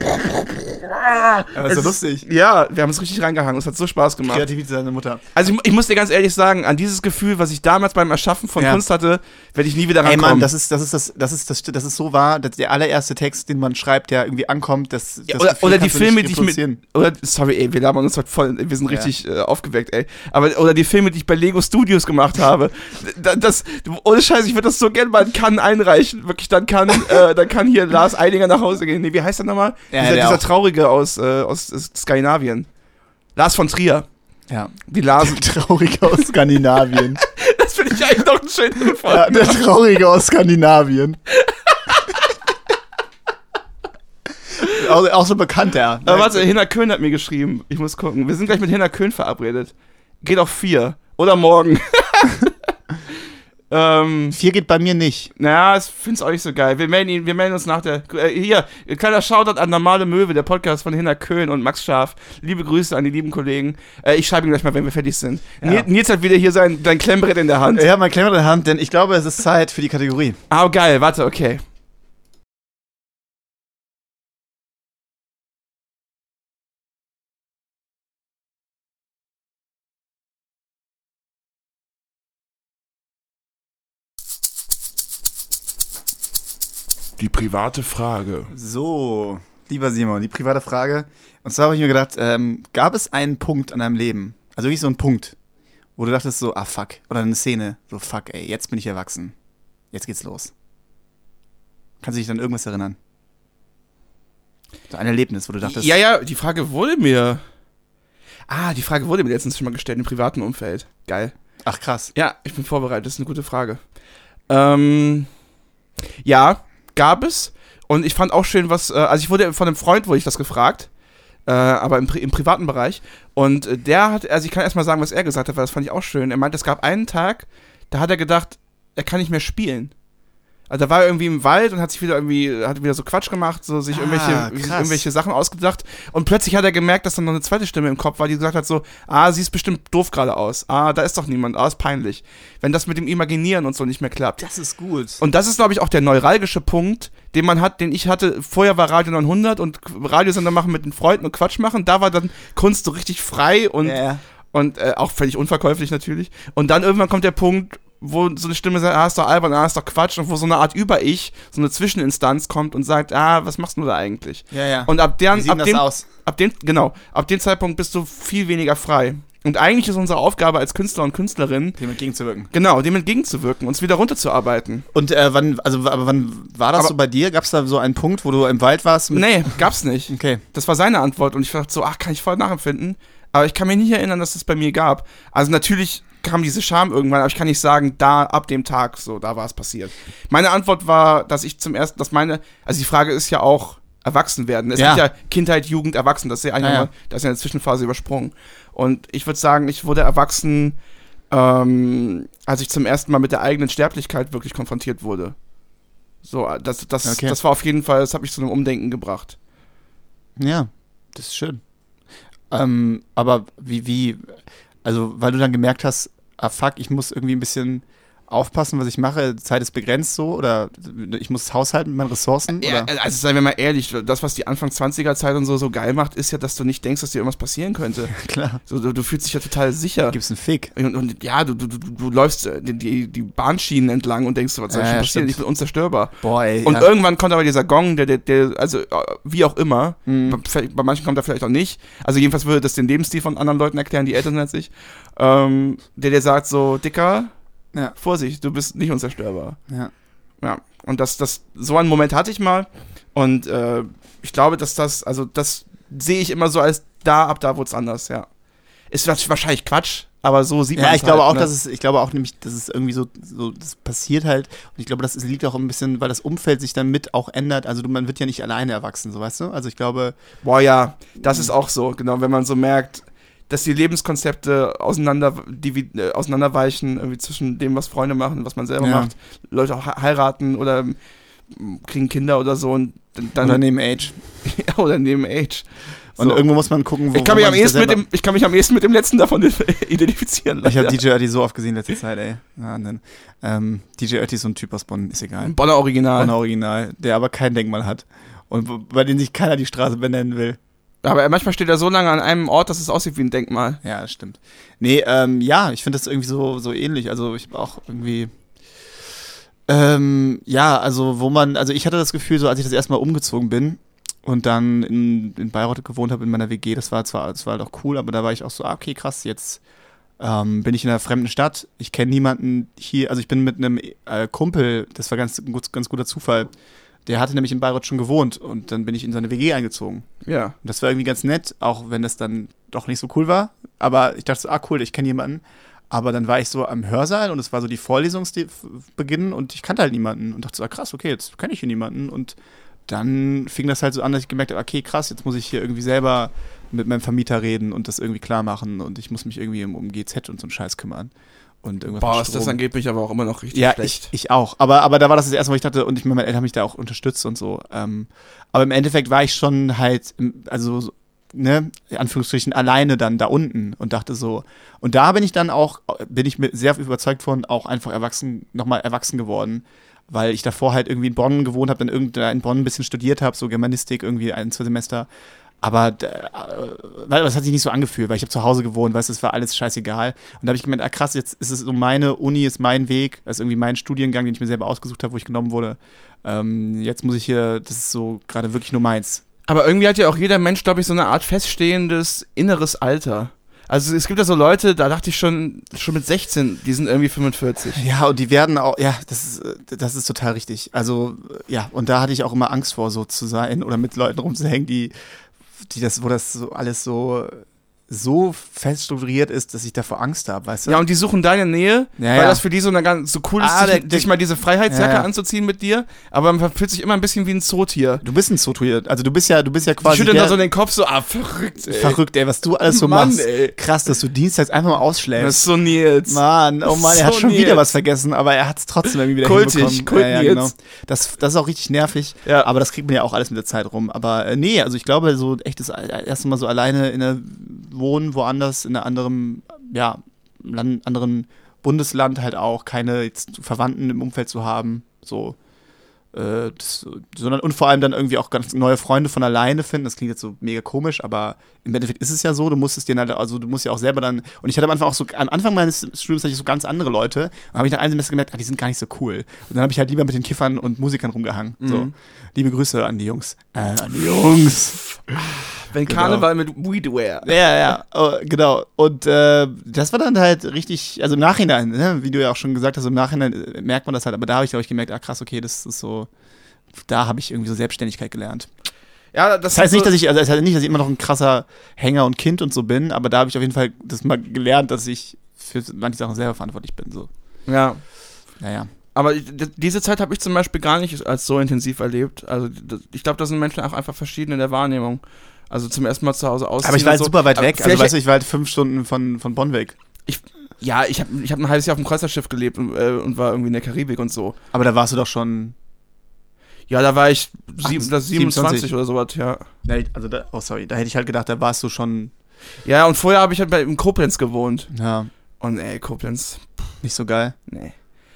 Speaker 2: Aber ist ja lustig.
Speaker 1: Ja, wir haben es richtig reingehangen. Es hat so Spaß gemacht.
Speaker 2: Kreativität seiner Mutter.
Speaker 1: Also ich, ich muss dir ganz ehrlich sagen, an dieses Gefühl, was ich damals beim Erschaffen von
Speaker 2: Ja.
Speaker 1: Kunst hatte, werde ich nie wieder
Speaker 2: Ey Mann,
Speaker 1: rankommen.
Speaker 2: das ist, das ist, das, das ist, das, das ist so wahr, dass der allererste Text, den man schreibt, der irgendwie ankommt, das, das
Speaker 1: Ja, oder,
Speaker 2: Gefühl
Speaker 1: oder die
Speaker 2: kannst du nicht
Speaker 1: Filme, die ich mit.
Speaker 2: reproduzieren.
Speaker 1: Oder, sorry, ey, wir labern uns heute voll. Wir sind richtig äh, aufgeweckt, ey. Aber, oder die Filme, die ich bei Lego Studios gemacht habe. *laughs* Da- das, ohne Scheiß, ich würde das so gerne mal in Cannes einreichen. Wirklich, dann kann, äh, dann kann hier Lars Eidinger nach Hause gehen. Nee, wie heißt der nochmal?
Speaker 2: Ja,
Speaker 1: dieser,
Speaker 2: der
Speaker 1: dieser
Speaker 2: auch.
Speaker 1: Traurige aus, äh, aus äh, Skandinavien. Lars von Trier.
Speaker 2: Ja. *laughs*
Speaker 1: Die Larsen.
Speaker 2: Traurige aus *laughs* Skandinavien.
Speaker 1: Das finde ich eigentlich noch einen schönen Fall.
Speaker 2: ja, der Traurige aus *laughs* Skandinavien. auch, auch so bekannt, der.
Speaker 1: Äh, warte, Hinner Köhn hat mir geschrieben. Ich muss gucken. Wir sind gleich mit Hinner Köhn verabredet. Geht auf vier. Oder morgen. *laughs* ähm,
Speaker 2: Vier geht bei mir nicht.
Speaker 1: naja, ich find's auch nicht so geil. Wir melden, ihn, wir melden uns nach der. Äh, hier, kleiner Shoutout an Normale Möwe, der Podcast von Hinner Köhn und Max Scharf. Liebe Grüße an die lieben Kollegen. Äh, ich schreibe ihm gleich mal, wenn wir fertig sind. Nils- Nils hat wieder hier sein, sein Klemmbrett in der Hand.
Speaker 2: Ja, mein Klemmer in der Hand, denn ich glaube, es ist Zeit für die Kategorie.
Speaker 1: Ah, geil, warte, okay.
Speaker 4: Die private Frage.
Speaker 2: So, lieber Simon, die private Frage. Und zwar habe ich mir gedacht, ähm, gab es einen Punkt in deinem Leben, also wirklich so einen Punkt, wo du dachtest so, ah fuck, oder eine Szene, so fuck, ey, jetzt bin ich erwachsen. Jetzt geht's los. Kannst du dich an irgendwas erinnern? So ein Erlebnis, wo du dachtest,
Speaker 1: Ja, ja, die Frage wurde mir. Ah, die Frage wurde mir letztens schon mal gestellt im privaten Umfeld. Geil.
Speaker 2: ach krass.
Speaker 1: Ja, ich bin vorbereitet. Das ist eine gute Frage. Ähm, ja, gab es. Und ich fand auch schön, was. Äh, also, ich wurde von einem Freund, wurde ich das gefragt. Äh, aber im, Pri- im privaten Bereich. Und äh, der hat. Also, ich kann erstmal sagen, was er gesagt hat, weil das fand ich auch schön. Er meinte, es gab einen Tag, da hat er gedacht, er kann nicht mehr spielen. Also da war er irgendwie im Wald und hat sich wieder irgendwie, hat wieder so Quatsch gemacht, so sich irgendwelche,
Speaker 5: krass.
Speaker 1: irgendwelche Sachen ausgedacht. Und plötzlich hat er gemerkt, dass da noch eine zweite Stimme im Kopf war, die gesagt hat so, ah, siehst bestimmt doof gerade aus. Ah, da ist doch niemand. Ah, ist peinlich. Wenn das mit dem Imaginieren und so nicht mehr klappt.
Speaker 2: Das ist gut.
Speaker 1: Und das ist, glaube ich, auch der neuralgische Punkt, den man hat, den ich hatte. Vorher war Radio 900 und Radiosender machen mit den Freunden und Quatsch machen. Da war dann Kunst so richtig frei und
Speaker 2: ja.
Speaker 1: und äh, auch völlig unverkäuflich natürlich. Und dann irgendwann kommt der Punkt, wo so eine Stimme sagt, ah, ist doch albern, ah, ist doch Quatsch, und wo so eine Art Über-Ich, so eine Zwischeninstanz kommt und sagt, ah, was machst du da eigentlich?
Speaker 2: Ja, ja.
Speaker 1: Und ab
Speaker 2: Wie
Speaker 1: deren,
Speaker 2: sieht ab
Speaker 1: ab
Speaker 2: das
Speaker 1: dem,
Speaker 2: aus?
Speaker 1: ab dem, genau, ab dem Zeitpunkt bist du viel weniger frei. Und eigentlich ist unsere Aufgabe als Künstler und Künstlerinnen,
Speaker 2: Dem entgegenzuwirken.
Speaker 1: genau, dem entgegenzuwirken, uns wieder runterzuarbeiten.
Speaker 2: Und äh, wann, also, w- aber wann war das
Speaker 1: Aber-
Speaker 2: so bei dir? Gab es da so einen Punkt, wo du im Wald warst? Mit
Speaker 1: Nee, gab's nicht.
Speaker 2: Okay.
Speaker 1: Das war seine Antwort und ich dachte so, ach, kann ich voll nachempfinden. Aber ich kann mich nicht erinnern, dass es das bei mir gab. Also natürlich kam diese Scham irgendwann, aber ich kann nicht sagen, da ab dem Tag, so, da war es passiert. Meine Antwort war, dass ich zum ersten, dass meine, also die Frage ist ja auch erwachsen werden. Es
Speaker 2: Ja.
Speaker 1: gibt ja Kindheit, Jugend, Erwachsen, das ist ja, eigentlich
Speaker 2: Ja, ja.
Speaker 1: Mal, das ist ja eine Zwischenphase übersprungen. Und ich würde sagen, ich wurde erwachsen, ähm, als ich zum ersten Mal mit der eigenen Sterblichkeit wirklich konfrontiert wurde. So, das, das,
Speaker 2: Okay.
Speaker 1: das war auf jeden Fall, das hat mich zu einem Umdenken gebracht.
Speaker 2: Ja, das ist schön. Ähm, aber wie, wie, also weil du dann gemerkt hast, ah fuck, ich muss irgendwie ein bisschen aufpassen, was ich mache, Zeit ist begrenzt so oder ich muss haushalten mit meinen Ressourcen
Speaker 1: Ja,
Speaker 2: oder?
Speaker 1: also seien wir mal ehrlich, das, was die Anfang 20er Zeit und so so geil macht, ist ja, dass du nicht denkst, dass dir irgendwas
Speaker 2: *laughs*
Speaker 1: passieren könnte. *laughs*
Speaker 2: Klar.
Speaker 1: So, du, du fühlst dich ja total sicher.
Speaker 2: Gibt's einen Fick.
Speaker 1: Und, und ja, du, du, du, du läufst äh, die, die, die Bahnschienen entlang und denkst, so, was soll
Speaker 2: Ja,
Speaker 1: schon
Speaker 2: ja,
Speaker 1: passieren?
Speaker 2: stimmt.
Speaker 1: Ich bin unzerstörbar.
Speaker 2: Boah, ey.
Speaker 1: Und
Speaker 2: ja.
Speaker 1: irgendwann kommt aber dieser Gong, der, der, der also äh, wie auch immer, bei,
Speaker 2: Mhm.
Speaker 1: vielleicht- bei manchen kommt er vielleicht auch nicht. Also jedenfalls würde das den Lebensstil von anderen Leuten erklären, die älter sind als ich. Ähm, der, der sagt so, Dicker,
Speaker 2: Ja.
Speaker 1: Vorsicht, du bist nicht unzerstörbar.
Speaker 2: Ja.
Speaker 1: Ja. Und das, das, so einen Moment hatte ich mal. Und äh, ich glaube, dass das, also das sehe ich immer so als da, ab da wurde es anders, ja. Ist wa- wahrscheinlich Quatsch, aber so sieht man
Speaker 2: Ja, ich glaube
Speaker 1: halt,
Speaker 2: auch,
Speaker 1: ne?
Speaker 2: dass es, ich glaube auch nämlich, dass es irgendwie so, so das passiert halt. Und ich glaube, das ist- liegt auch ein bisschen, weil das Umfeld sich dann mit auch ändert. Also du, man wird ja nicht alleine erwachsen, so weißt du? Also ich glaube,
Speaker 1: Boah, ja, das ist auch so, genau, wenn man so merkt, dass die Lebenskonzepte auseinander, divi- äh, auseinanderweichen, irgendwie zwischen dem, was Freunde machen und was man selber
Speaker 2: Ja.
Speaker 1: macht. Leute auch he- heiraten oder ähm, kriegen Kinder oder so und dann.
Speaker 2: oder neben Age.
Speaker 1: ja, *laughs* oder neben Age.
Speaker 2: Und
Speaker 1: So.
Speaker 2: irgendwo muss man gucken, wo
Speaker 1: Ich kann,
Speaker 2: wo
Speaker 1: mich
Speaker 2: man
Speaker 1: am
Speaker 2: sich da
Speaker 1: ehesten mit
Speaker 2: selber-
Speaker 1: dem, ich kann mich am ehesten mit dem letzten davon *laughs* identifizieren.
Speaker 2: Ich habe
Speaker 1: leider.
Speaker 2: DJ Erti so oft gesehen in letzter Zeit, ey. Ja, und dann, ähm, DJ Erti ist so ein Typ aus Bonn, ist egal.
Speaker 1: Bonner Original.
Speaker 2: Bonn Original, der aber kein Denkmal hat. Und wo- bei dem sich keiner die Straße benennen will.
Speaker 1: Aber manchmal steht er so lange an einem Ort, dass es aussieht wie ein Denkmal.
Speaker 2: Ja, das stimmt. Nee, ähm, ja, ich finde das irgendwie so, so ähnlich. Also ich hab auch irgendwie. Ähm, ja, also wo man, also ich hatte das Gefühl, so als ich das erste Mal umgezogen bin und dann in, in Bayreuth gewohnt habe in meiner WG, das war zwar, das war halt auch cool, aber da war ich auch so, ah, okay, krass, jetzt ähm, bin ich in einer fremden Stadt, ich kenne niemanden hier, also ich bin mit einem äh, Kumpel, das war ganz, gut- ganz guter Zufall, der hatte nämlich in Bayreuth schon gewohnt und dann bin ich in seine WG eingezogen.
Speaker 1: Ja.
Speaker 2: Und das war irgendwie ganz nett, auch wenn das dann doch nicht so cool war. Aber ich dachte so, ah cool, ich kenne jemanden. Aber dann war ich so am Hörsaal und es war so die Vorlesungsbeginn und ich kannte halt niemanden und dachte so, ah krass, okay, jetzt kenne ich hier niemanden. Und dann fing das halt so an, dass ich gemerkt habe, okay, krass, jetzt muss ich hier irgendwie selber mit meinem Vermieter reden und das irgendwie klar machen und ich muss mich irgendwie um, um GZ und so einen Scheiß kümmern. Und irgendwas
Speaker 1: Boah,
Speaker 2: mit
Speaker 1: ist das
Speaker 2: Strom.
Speaker 1: angeblich aber auch immer noch richtig
Speaker 2: Ja, ich,
Speaker 1: schlecht.
Speaker 2: ich auch. Aber, aber da war das das erste Mal, wo ich dachte, und ich meine, meine Eltern haben mich da auch unterstützt und so. Ähm, aber im Endeffekt war ich schon halt, im- also, so, ne, in Anführungsstrichen, alleine dann da unten und dachte so. Und da bin ich dann auch, bin ich mit sehr überzeugt von, auch einfach erwachsen, nochmal erwachsen geworden. Weil ich davor halt irgendwie in Bonn gewohnt habe, dann irgendwann in Bonn ein bisschen studiert habe, so Germanistik irgendwie ein, zwei Semester. Aber d- äh, weil das hat sich nicht so angefühlt, weil ich habe zu Hause gewohnt, weißt du, es war alles scheißegal. Und da habe ich gemerkt, ah krass, jetzt ist es so meine Uni, ist mein Weg, das ist irgendwie mein Studiengang, den ich mir selber ausgesucht habe, wo ich genommen wurde. Ähm, jetzt muss ich hier, das ist so gerade wirklich nur meins.
Speaker 1: Aber irgendwie hat ja auch jeder Mensch, glaube ich, so eine Art feststehendes inneres Alter. Also es gibt ja so Leute, da dachte ich schon, schon mit 16, die sind irgendwie 45.
Speaker 2: Ja, und die werden auch, ja, das ist, äh, das ist total richtig. Also, äh, ja, und da hatte ich auch immer Angst vor, so zu sein oder mit Leuten rumzuhängen, die, die das, wo das so alles so, so fest strukturiert ist, dass ich davor Angst habe, weißt du?
Speaker 1: Ja, und die suchen deine Nähe,
Speaker 2: Ja,
Speaker 1: weil
Speaker 2: ja.
Speaker 1: das für die so, eine, ganz- so cool ist,
Speaker 2: Ah,
Speaker 1: sich,
Speaker 2: der-
Speaker 1: sich mal diese Freiheitsjacke
Speaker 2: Ja, ja.
Speaker 1: anzuziehen mit dir, aber man fühlt sich immer ein bisschen wie ein Zootier.
Speaker 2: du bist ein Zootier, also du bist ja, du bist ja
Speaker 1: Die
Speaker 2: quasi
Speaker 1: schütteln da
Speaker 2: der,
Speaker 1: so den Kopf so, ah, verrückt, ey.
Speaker 2: verrückt, ey, was du alles so
Speaker 1: Mann,
Speaker 2: machst.
Speaker 1: ey.
Speaker 2: Krass, dass du dienstags einfach mal
Speaker 1: Das
Speaker 2: ausschläfst.
Speaker 1: ist so Nils.
Speaker 2: Mann, oh Mann,
Speaker 1: So
Speaker 2: er hat schon
Speaker 1: Nils.
Speaker 2: wieder was vergessen, aber er hat es trotzdem irgendwie wieder
Speaker 1: Kultig,
Speaker 2: hinbekommen. genau.
Speaker 1: Kult Nils.
Speaker 2: Das, das ist auch richtig nervig,
Speaker 1: Ja.
Speaker 2: aber das kriegt man ja auch alles mit der Zeit rum. Aber äh, nee, also ich glaube, so echtes äh, erste Mal so alleine in der Wohnen, woanders, in einem anderen, ja, Land, anderen Bundesland halt auch, keine jetzt Verwandten im Umfeld zu haben, so. äh, Das, sondern und vor allem dann irgendwie auch ganz neue Freunde von alleine finden. Das klingt jetzt so mega komisch, aber im Endeffekt ist es ja so, du musst es dir halt, also du musst ja auch selber dann. Und ich hatte am Anfang auch so, am Anfang meines Studiums hatte ich so ganz andere Leute. Und habe ich nach einem Semester gemerkt, ah, die sind gar nicht so cool. Und dann habe ich halt lieber mit den Kiffern und Musikern rumgehangen. So. Liebe Grüße an die Jungs. Äh, an die Jungs.
Speaker 1: Wenn Karneval mit Weedware.
Speaker 2: Ja, ja, oh, genau. Und äh, das war dann halt richtig, also im Nachhinein, ne? wie du ja auch schon gesagt hast, im Nachhinein äh, merkt man das halt, aber da habe ich, glaube ich, gemerkt, ah krass, okay, das ist so, da habe ich irgendwie so Selbstständigkeit gelernt.
Speaker 1: Ja, das,
Speaker 2: Das heißt
Speaker 1: sind
Speaker 2: nicht,
Speaker 1: so-
Speaker 2: dass ich, also das heißt nicht, dass ich immer noch ein krasser Hänger und Kind und so bin, aber da habe ich auf jeden Fall das mal gelernt, dass ich für manche Sachen selber verantwortlich bin. So.
Speaker 1: Ja.
Speaker 2: Naja.
Speaker 1: Aber ich- d- diese Zeit habe ich zum Beispiel gar nicht als so intensiv erlebt. Also d- ich glaube, da sind Menschen auch einfach verschieden in der Wahrnehmung. Also zum ersten Mal zu Hause ausziehen.
Speaker 2: Aber ich war
Speaker 1: und
Speaker 2: halt
Speaker 1: so.
Speaker 2: super weit
Speaker 1: Aber
Speaker 2: weg. Also
Speaker 1: vielleicht-
Speaker 2: weißt du, ich war halt fünf Stunden von, von Bonn weg.
Speaker 1: ja, ich habe ich hab ein halbes Jahr auf dem Kreuzerschiff gelebt und, äh, und war irgendwie in der Karibik und so.
Speaker 2: Aber da warst du doch schon.
Speaker 1: Ja, da war ich sieb,
Speaker 2: Ach,
Speaker 1: das 27,
Speaker 2: 27.
Speaker 1: oder sowas, ja.
Speaker 2: Also da, oh sorry, da hätte ich halt gedacht, da warst du schon.
Speaker 1: Ja, und vorher habe ich halt bei, in Koblenz gewohnt.
Speaker 2: Ja,
Speaker 1: Und ey, Koblenz,
Speaker 2: nicht so geil.
Speaker 1: nee.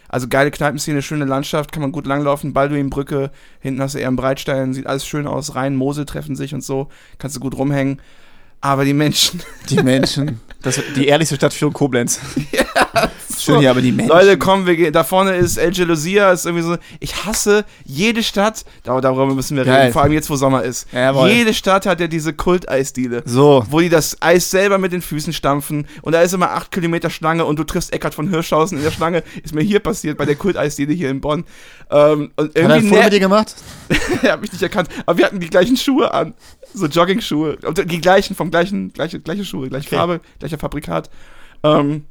Speaker 1: Also geile Kneipenszene, schöne Landschaft, kann man gut langlaufen, Balduinbrücke, hinten hast du eher einen Breitstein, sieht alles schön aus, Rhein, Mosel treffen sich und so, kannst du gut rumhängen. Aber
Speaker 2: *laughs*
Speaker 1: die Menschen,
Speaker 2: Die Menschen. Das, die ehrlichste Stadt für *laughs* Koblenz. Schön
Speaker 1: so.
Speaker 2: hier, aber die Menschen.
Speaker 1: Leute, komm, wir gehen, da vorne ist El Gelusia, ist irgendwie so, ich hasse jede Stadt, dar- darüber müssen wir
Speaker 2: Geil.
Speaker 1: reden, vor allem jetzt, wo Sommer ist.
Speaker 2: Jawohl.
Speaker 1: Jede Stadt hat ja diese Kulteisdiele.
Speaker 2: so.
Speaker 1: wo die das Eis selber mit den Füßen stampfen und da ist immer 8 Kilometer Schlange und du triffst Eckart von Hirschhausen in der Schlange. Ist mir hier passiert, bei der Kulteisdiele hier in Bonn. Ähm, und
Speaker 2: Hat er ein
Speaker 1: irgendwie
Speaker 2: Foto mit dir gemacht?
Speaker 1: ner- *laughs* hab ich nicht erkannt, aber wir hatten die gleichen Schuhe an. So Jogging-Schuhe. Und Die gleichen, vom gleichen, gleiche, gleiche Schuhe, gleiche
Speaker 2: Okay.
Speaker 1: Farbe, gleicher Fabrikat. Ähm,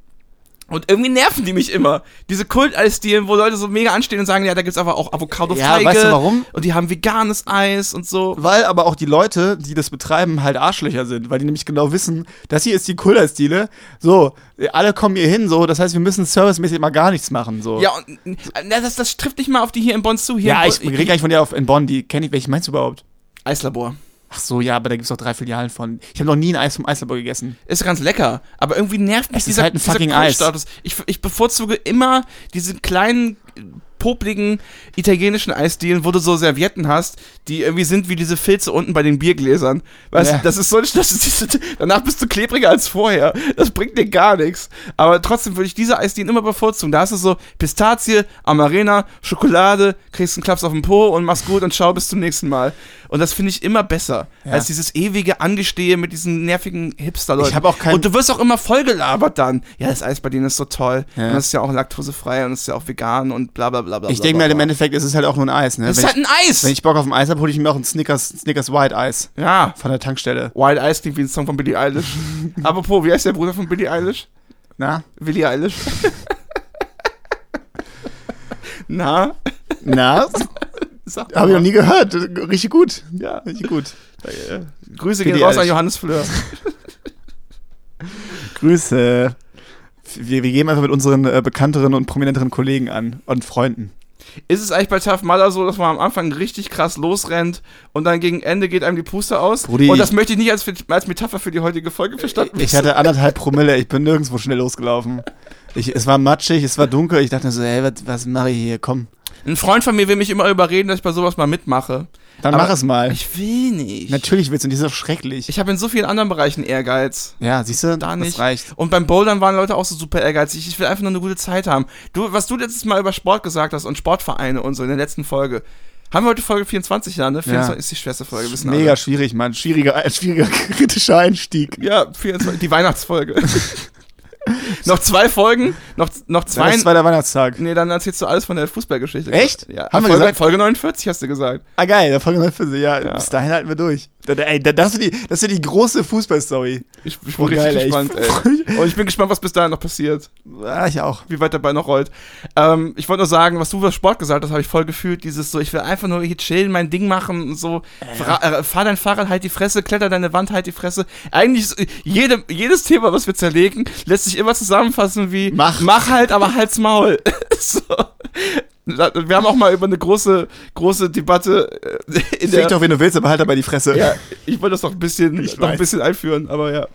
Speaker 1: und irgendwie nerven die mich immer. Diese Kulteisdielen, wo Leute so mega anstehen und sagen, ja, da gibt's aber auch Avocado-Feige.
Speaker 2: warum?
Speaker 1: und die haben veganes Eis und so.
Speaker 2: Weil aber auch die Leute, die das betreiben, halt Arschlöcher sind, weil die nämlich genau wissen, das hier ist die Kullerstile. So, alle kommen hier hin, so, das heißt, wir müssen servicemäßig mal gar nichts machen. So.
Speaker 1: Ja, und na, das, das trifft nicht mal auf die hier in Bonn zu. Hier
Speaker 2: ja
Speaker 1: in
Speaker 2: ich
Speaker 1: Bonn,
Speaker 2: rede gar nicht von dir auf, in Bonn, die kenne ich, welche meinst du überhaupt?
Speaker 1: Eislabor.
Speaker 2: Ach so, ja, aber da gibt es doch drei Filialen von. Ich habe noch nie ein Eis vom Eislabor gegessen.
Speaker 1: Ist ganz lecker, aber irgendwie nervt mich
Speaker 2: Es ist
Speaker 1: dieser,
Speaker 2: halt ein
Speaker 1: dieser
Speaker 2: fucking Eis.
Speaker 1: Kultstatus. Ich, ich bevorzuge immer diese kleinen, äh, popligen italienischen Eisdielen, wo du so Servietten hast, die irgendwie sind wie diese Filze unten bei den Biergläsern. Weißt
Speaker 2: Ja.
Speaker 1: du, das ist so, das ist, danach bist du klebriger als vorher. Das bringt dir gar nichts. Aber trotzdem würde ich diese Eisdielen immer bevorzugen. Da hast du so Pistazie, Amarena, Schokolade, kriegst einen Klaps auf den Po und machst gut und schau bis zum nächsten Mal. Und das finde ich immer besser,
Speaker 2: Ja.
Speaker 1: als dieses ewige Angestehe mit diesen nervigen Hipster-Leuten.
Speaker 2: Ich hab auch kein-
Speaker 1: Und du wirst auch immer vollgelabert dann. Ja, das Eis bei denen ist so toll.
Speaker 2: Ja.
Speaker 1: Und das ist ja auch laktosefrei und das ist ja auch vegan und bla bla bla bla.
Speaker 2: Ich
Speaker 1: bla,
Speaker 2: denke mir
Speaker 1: bla,
Speaker 2: halt im
Speaker 1: bla.
Speaker 2: Endeffekt, es ist halt auch nur ein Eis, ne?
Speaker 1: Das
Speaker 2: Wenn
Speaker 1: ist halt
Speaker 2: ich,
Speaker 1: ein Eis.
Speaker 2: wenn ich Bock auf ein Eis habe, hole ich mir auch ein Snickers, Snickers White Eis
Speaker 1: ja.
Speaker 2: von der Tankstelle.
Speaker 1: Wild Eyes klingt wie ein Song von Billie
Speaker 2: *laughs*
Speaker 1: Eilish. Apropos, wie heißt der Bruder von Billie Eilish?
Speaker 2: Na? *laughs*
Speaker 1: Billie Eilish. Na?
Speaker 2: Na?
Speaker 1: Sag
Speaker 2: Habe ich noch nie gehört. Richtig gut.
Speaker 1: Ja.
Speaker 2: Richtig gut.
Speaker 1: Grüße
Speaker 2: Billie
Speaker 1: gehen raus an
Speaker 2: Eilish.
Speaker 1: Johannes Fleur.
Speaker 2: Grüße. Wir, wir geben einfach mit unseren äh, bekannteren und prominenteren Kollegen an und Freunden.
Speaker 1: Ist es eigentlich bei Tough Mudder so, dass man am Anfang richtig krass losrennt und dann gegen Ende geht einem die Puste aus?
Speaker 2: Brudi,
Speaker 1: und das möchte ich nicht als, als Metapher für die heutige Folge verstanden
Speaker 2: Ich hatte anderthalb Promille, ich bin nirgendwo schnell losgelaufen. Ich, es war matschig, es war dunkel, ich dachte so, hey, was, was mache ich hier? Komm,
Speaker 1: Ein Freund von mir will mich immer überreden, dass ich bei sowas mal mitmache.
Speaker 2: dann
Speaker 1: Aber
Speaker 2: mach es mal.
Speaker 1: Ich will nicht.
Speaker 2: Äh. Natürlich willst du nicht, das ist doch schrecklich.
Speaker 1: Ich habe in so vielen anderen Bereichen Ehrgeiz.
Speaker 2: ja, siehst du,
Speaker 1: Da nicht.
Speaker 2: das reicht.
Speaker 1: Und beim Bouldern waren Leute auch so super ehrgeizig. Ich will einfach nur eine gute Zeit haben. Du, was du letztes Mal über Sport gesagt hast und Sportvereine und so in der letzten Folge. Haben wir heute Folge 24, ja, ne? 24 ist die schwerste Folge, wissen alle.
Speaker 2: Mega schwierig, Mann. Schwieriger, *laughs* ein schwieriger kritischer Einstieg.
Speaker 1: Ja, 24, die Weihnachtsfolge. *laughs* Noch zwei Folgen, noch, noch
Speaker 2: Dann
Speaker 1: zwei.
Speaker 2: ist zweiter Weihnachtstag.
Speaker 1: Nee, dann erzählst du alles von der Fußballgeschichte.
Speaker 2: Echt?
Speaker 1: Ja.
Speaker 2: Haben wir
Speaker 1: Folge,
Speaker 2: gesagt-
Speaker 1: Folge 49 hast du gesagt.
Speaker 2: Ah, geil, da folgen wir für sie. Ja,
Speaker 1: Ja.
Speaker 2: bis dahin halten wir durch. Da, da, ey, da, das ist die, das ist die große Fußballstory.
Speaker 1: Ich, ich bin
Speaker 2: Voll
Speaker 1: richtig
Speaker 2: geil, ey.
Speaker 1: gespannt,
Speaker 2: *laughs*
Speaker 1: ey. Und ich bin gespannt, was bis dahin noch passiert.
Speaker 2: Ah, ich auch.
Speaker 1: Wie weit der Ball noch rollt. Ähm, ich wollte nur sagen, was du über Sport gesagt hast, habe ich voll gefühlt. Dieses so, ich will einfach nur hier chillen, mein Ding machen und so. Fra äh, fahr dein Fahrrad, halt die Fresse, kletter deine Wand, halt die Fresse. Eigentlich, ist, äh, jede, jedes Thema, was wir zerlegen, lässt sich immer zusammenfassen wie
Speaker 2: Mach.
Speaker 1: mach halt, aber halt's Maul. *laughs* so. Da- Wir haben auch mal über eine große, große Debatte äh, in
Speaker 2: Fick
Speaker 1: der,
Speaker 2: doch, wen du willst, aber halt dabei die Fresse.
Speaker 1: Ja, ich wollte das noch ein bisschen,
Speaker 2: Ich
Speaker 1: noch ein
Speaker 2: weiß.
Speaker 1: bisschen einführen, aber ja.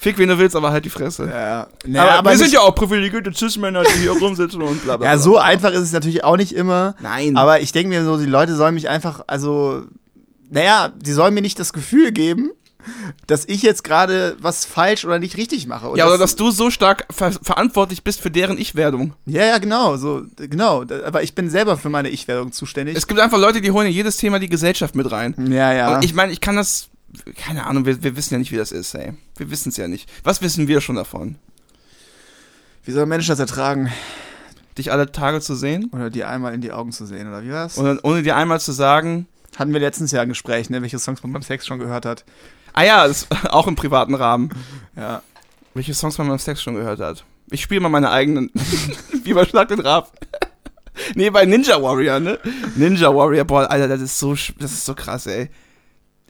Speaker 1: Fick, wen du willst, aber halt die Fresse.
Speaker 2: ja.
Speaker 1: aber,
Speaker 2: Naja, aber
Speaker 1: wir sind
Speaker 2: nicht-
Speaker 1: ja auch privilegierte Cis-Männer, die hier rumsitzen und bla bla.
Speaker 2: Ja,
Speaker 1: bla.
Speaker 2: so einfach ist es natürlich auch nicht immer.
Speaker 1: Nein.
Speaker 2: Aber ich denke mir so, die Leute sollen mich einfach, also, naja, die sollen mir nicht das Gefühl geben, dass ich jetzt gerade was falsch oder nicht richtig mache. Und
Speaker 1: ja,
Speaker 2: das-
Speaker 1: oder dass du so stark ver verantwortlich bist für deren Ich-Werdung.
Speaker 2: ja, ja, genau, so, genau. Da- Aber ich bin selber für meine Ich-Werdung zuständig.
Speaker 1: Es gibt einfach Leute, die holen in jedes Thema die Gesellschaft mit rein.
Speaker 2: ja, ja.
Speaker 1: Und ich meine, ich kann das. Keine Ahnung, wir, wir wissen ja nicht, wie das ist, ey. Wir wissen es ja nicht. Was wissen wir schon davon?
Speaker 2: wie soll ein Mensch das ertragen?
Speaker 1: Dich alle Tage zu sehen
Speaker 2: Oder dir einmal in die Augen zu sehen, oder wie war's?
Speaker 1: und dann, ohne dir einmal zu sagen,
Speaker 2: Hatten wir letztens ja ein Gespräch, ne, welche Songs man beim Sex schon gehört hat.
Speaker 1: ah ja, das, *laughs* auch im privaten Rahmen,
Speaker 2: Ja.
Speaker 1: welche Songs man beim Sex schon gehört hat. Ich spiele mal meine eigenen, *laughs* wie bei Schlag den Raab. *laughs* nee, bei Ninja Warrior, ne? Ninja Warrior, boah, Alter, das ist so, sch- das ist so krass, ey.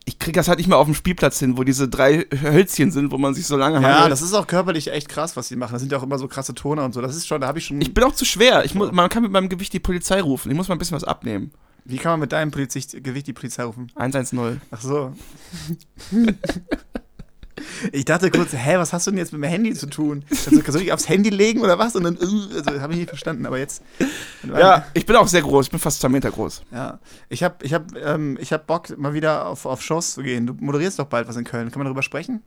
Speaker 1: Ich krieg das halt nicht mehr auf dem Spielplatz hin, wo diese drei Hölzchen sind, wo man sich so lange
Speaker 2: Ja,
Speaker 1: handelt.
Speaker 2: das ist auch körperlich echt krass, was die machen. Das sind ja auch immer so krasse Tone und so. Das ist schon, da habe ich schon.
Speaker 1: Ich bin auch zu schwer. Ich muss, man kann mit meinem Gewicht die Polizei rufen. Ich muss mal ein bisschen was abnehmen.
Speaker 2: wie kann man mit deinem Polizist- Gewicht die Polizei rufen?
Speaker 1: 110.
Speaker 2: Ach *laughs* so. Ich dachte kurz, hä, was hast du denn jetzt mit dem Handy zu tun? Also, soll ich aufs Handy legen oder was? Und dann, äh, also, habe ich nicht verstanden, aber jetzt.
Speaker 1: Ja, ich bin auch sehr groß. Ich bin fast zwei Meter groß.
Speaker 2: ja. Ich habe ich hab, ähm, ich hab Bock, mal wieder auf, auf Shows zu gehen. Du moderierst doch bald was in Köln. Kann man darüber sprechen?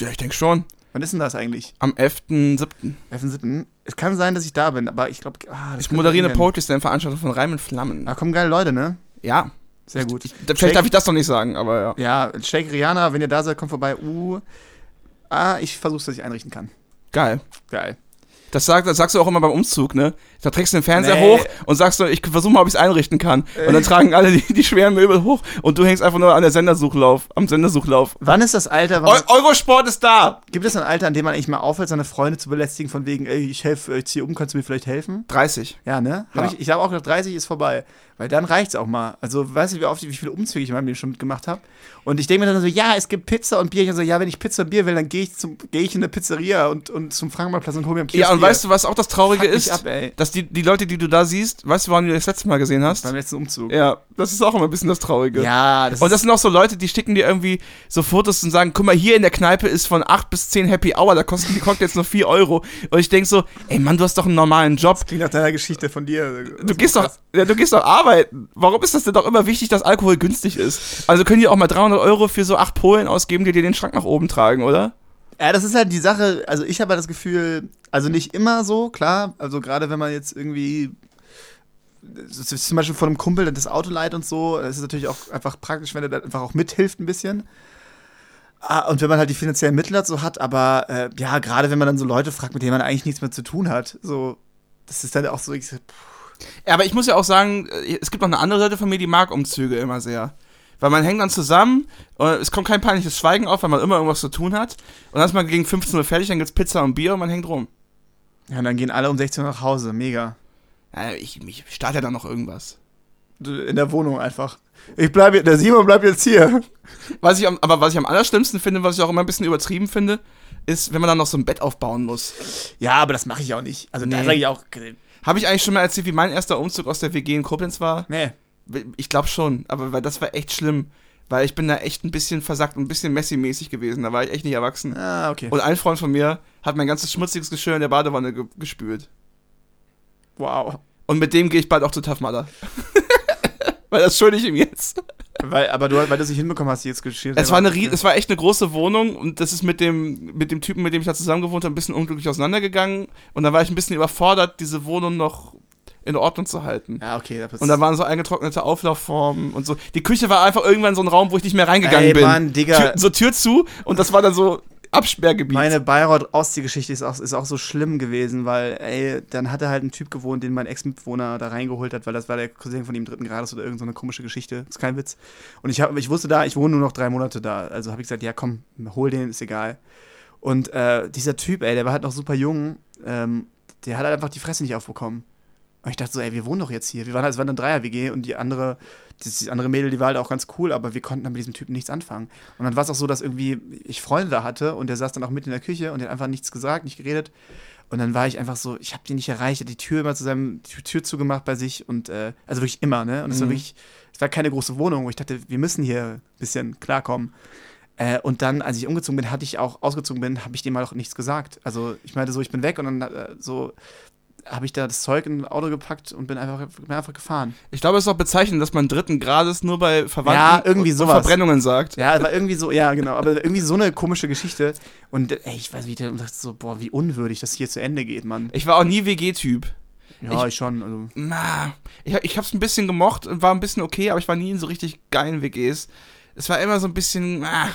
Speaker 1: Ja, ich denke schon.
Speaker 2: Wann ist denn das eigentlich?
Speaker 1: Am 11.07.
Speaker 2: 11.7. Es kann sein, dass ich da bin, aber ich glaube. Ah, das
Speaker 1: Ich
Speaker 2: könnte
Speaker 1: moderiere eine
Speaker 2: werden.
Speaker 1: Poetry Slam Veranstaltung von Reim und Flammen.
Speaker 2: Da kommen geile Leute, ne?
Speaker 1: Ja.
Speaker 2: Sehr gut.
Speaker 1: Vielleicht darf ich das noch nicht sagen, aber ja.
Speaker 2: Ja, Shake Rihanna, wenn ihr da seid, kommt vorbei. Uh. Ah, ich versuch's, dass ich einrichten kann.
Speaker 1: Geil.
Speaker 2: Geil.
Speaker 1: Das, sag, das sagst du auch immer beim Umzug, ne? Da trägst du den Fernseher
Speaker 2: Nee. Äh.
Speaker 1: hoch und sagst so, ich versuche mal, ob ich es einrichten kann. Und dann tragen alle die, die schweren Möbel hoch und du hängst einfach nur an der Sendersuchlauf, am Sendersuchlauf.
Speaker 2: Wann ist das Alter?
Speaker 1: Eu
Speaker 2: Wann
Speaker 1: Eurosport ist da!
Speaker 2: Gibt es ein Alter, an dem man eigentlich mal aufhört, seine Freunde zu belästigen, von wegen, ey, ich helfe, ich ziehe um, kannst du mir vielleicht helfen?
Speaker 1: 30.
Speaker 2: Ja, ne? Hab
Speaker 1: Ja.
Speaker 2: Ich, ich habe auch gedacht, 30 ist vorbei. Weil dann reicht's auch mal. Also, weißt du, wie oft, wie viele Umzüge ich in meinem Leben schon mitgemacht habe? Und ich denke mir dann so, ja, es gibt Pizza und Bier. Ich so, ja, wenn ich Pizza und Bier will, dann gehe ich, zum- geh ich in eine Pizzeria und, und zum Frankenmarktplatz und hole mir ein Kiosk
Speaker 1: Ja, und
Speaker 2: Bier.
Speaker 1: weißt du, was auch das Traurige
Speaker 2: Fuck mich
Speaker 1: ist?
Speaker 2: ab, ey.
Speaker 1: dass die, die Leute, die du da siehst, weißt du, wann du das letzte Mal gesehen hast?
Speaker 2: Beim letzten Umzug.
Speaker 1: Ja, das ist auch immer ein bisschen das Traurige.
Speaker 2: Ja, das
Speaker 1: Und
Speaker 2: ist
Speaker 1: das sind auch so Leute, die schicken dir irgendwie so Fotos und sagen, guck mal, hier in der Kneipe ist von 8 bis 10 Happy Hour, da kosten die Cocktails nur 4 Euro. Und ich denk so, ey Mann, du hast doch einen normalen Job.
Speaker 2: klingt nach deiner Geschichte von dir.
Speaker 1: Du gehst, doch, ja, du gehst doch arbeiten. Warum ist das denn doch immer wichtig, dass Alkohol günstig ist? Also können die auch mal 300 Euro für so acht Polen ausgeben, die dir den Schrank nach oben tragen, oder?
Speaker 2: Ja, das ist halt die Sache. Also, ich habe halt das Gefühl, also nicht immer so, klar. Also, gerade wenn man jetzt irgendwie so z- zum Beispiel von einem Kumpel das Auto leiht und so, das ist natürlich auch einfach praktisch, wenn er da einfach auch mithilft ein bisschen. Ah, Und wenn man halt die finanziellen Mittel dazu hat, aber äh, ja, gerade wenn man dann so Leute fragt, mit denen man eigentlich nichts mehr zu tun hat, so, das ist dann auch so, ich, so, pff,
Speaker 1: Ja, aber ich muss ja auch sagen, äh, es gibt noch eine andere Seite von mir, die mag Umzüge immer sehr. Weil man hängt dann zusammen, äh, es kommt kein peinliches Schweigen auf, weil man immer irgendwas zu tun hat. Und dann ist man gegen 15 Uhr fertig, dann gibt's Pizza und Bier und man hängt rum.
Speaker 2: ja, und dann gehen alle um 16 Uhr nach Hause, mega.
Speaker 1: Ja, ich, ich starte ja dann noch irgendwas.
Speaker 2: Du- In der Wohnung einfach. Ich bleibe, der Simon bleibt jetzt hier.
Speaker 1: Was ich am, aber was ich am allerschlimmsten finde, was ich auch immer ein bisschen übertrieben finde, ist, wenn man dann noch so ein Bett aufbauen muss.
Speaker 2: Ja, aber das mache ich auch nicht. Also, da
Speaker 1: Nee.
Speaker 2: sage ich auch,
Speaker 1: Habe ich eigentlich schon mal erzählt, wie mein erster Umzug aus der WG in Koblenz war?
Speaker 2: nee.
Speaker 1: Ich glaube schon, aber weil das war echt schlimm. Weil ich bin da echt ein bisschen versackt und ein bisschen Messi-mäßig gewesen. Da war ich echt nicht erwachsen.
Speaker 2: Ah, okay.
Speaker 1: Und ein Freund von mir hat mein ganzes schmutziges Geschirr in der Badewanne ge gespült.
Speaker 2: Wow.
Speaker 1: Und mit dem gehe ich bald auch zu Tough Mudder. *laughs* Weil das schulde ich ihm jetzt.
Speaker 2: Weil, aber du, weil du es nicht hinbekommen hast, jetzt geschehen.
Speaker 1: Es war, eine, rie- es war echt eine große Wohnung und das ist mit dem, mit dem Typen, mit dem ich da zusammen gewohnt habe, ein bisschen unglücklich auseinandergegangen. Und da war ich ein bisschen überfordert, diese Wohnung noch in Ordnung zu halten.
Speaker 2: Ja, okay. Das
Speaker 1: Und da waren so eingetrocknete Auflaufformen und so. Die Küche war einfach irgendwann so ein Raum, wo ich nicht mehr reingegangen
Speaker 2: Ey,
Speaker 1: bin.
Speaker 2: Mann, Digga.
Speaker 1: Tür, so Tür zu und das war dann so Absperrgebiet.
Speaker 2: Meine Bayreuth-Ostsee-Geschichte ist auch, ist auch so schlimm gewesen, weil, ey, dann hatte halt ein Typ gewohnt, den mein Ex-Mitbewohner da reingeholt hat, weil das war der Cousin von ihm dritten Grades oder irgendeine so eine komische Geschichte. Ist kein Witz. Und ich, hab, ich wusste da, ich wohne nur noch drei Monate da. Also habe ich gesagt, ja komm, hol den, ist egal. Und äh, dieser Typ, ey, der war halt noch super jung, ähm, der hat halt einfach die Fresse nicht aufbekommen. Und ich dachte so, ey, wir wohnen doch jetzt hier. Wir waren, halt, es war eine Dreier-WG und die andere, das, die andere Mädel, die war halt auch ganz cool, aber wir konnten dann mit diesem Typen nichts anfangen. Und dann war es auch so, dass irgendwie ich Freunde da hatte und der saß dann auch mit in der Küche und der hat einfach nichts gesagt, nicht geredet. Und dann war ich einfach so, ich habe den nicht erreicht, er hat die Tür immer zu seinem die Tür zugemacht bei sich und äh, also wirklich immer, ne? Und es war wirklich, es war keine große Wohnung, wo ich dachte, wir müssen hier ein bisschen klarkommen. Äh, und dann, als ich umgezogen bin, hatte ich auch ausgezogen bin, habe ich dem mal auch nichts gesagt. Also ich meinte so, ich bin weg und dann äh, so habe ich da das Zeug in ein Auto gepackt und bin einfach, bin einfach gefahren.
Speaker 1: Ich glaube, es ist auch bezeichnend, dass man dritten Grades nur bei Verwandten
Speaker 2: Ja, irgendwie
Speaker 1: und
Speaker 2: sowas.
Speaker 1: Verbrennungen sagt.
Speaker 2: Ja, war irgendwie so, ja, genau, aber irgendwie so eine komische Geschichte. Und äh, ey, ich weiß, wie ich da- und dachte so, boah, wie unwürdig das hier zu Ende geht, Mann.
Speaker 1: Ich war auch nie WG-Typ.
Speaker 2: Ja, ich, schon. Also.
Speaker 1: Na, ich, ich hab's ein bisschen gemocht und war ein bisschen okay, aber ich war nie in so richtig geilen WGs. Es war immer so ein bisschen, ah.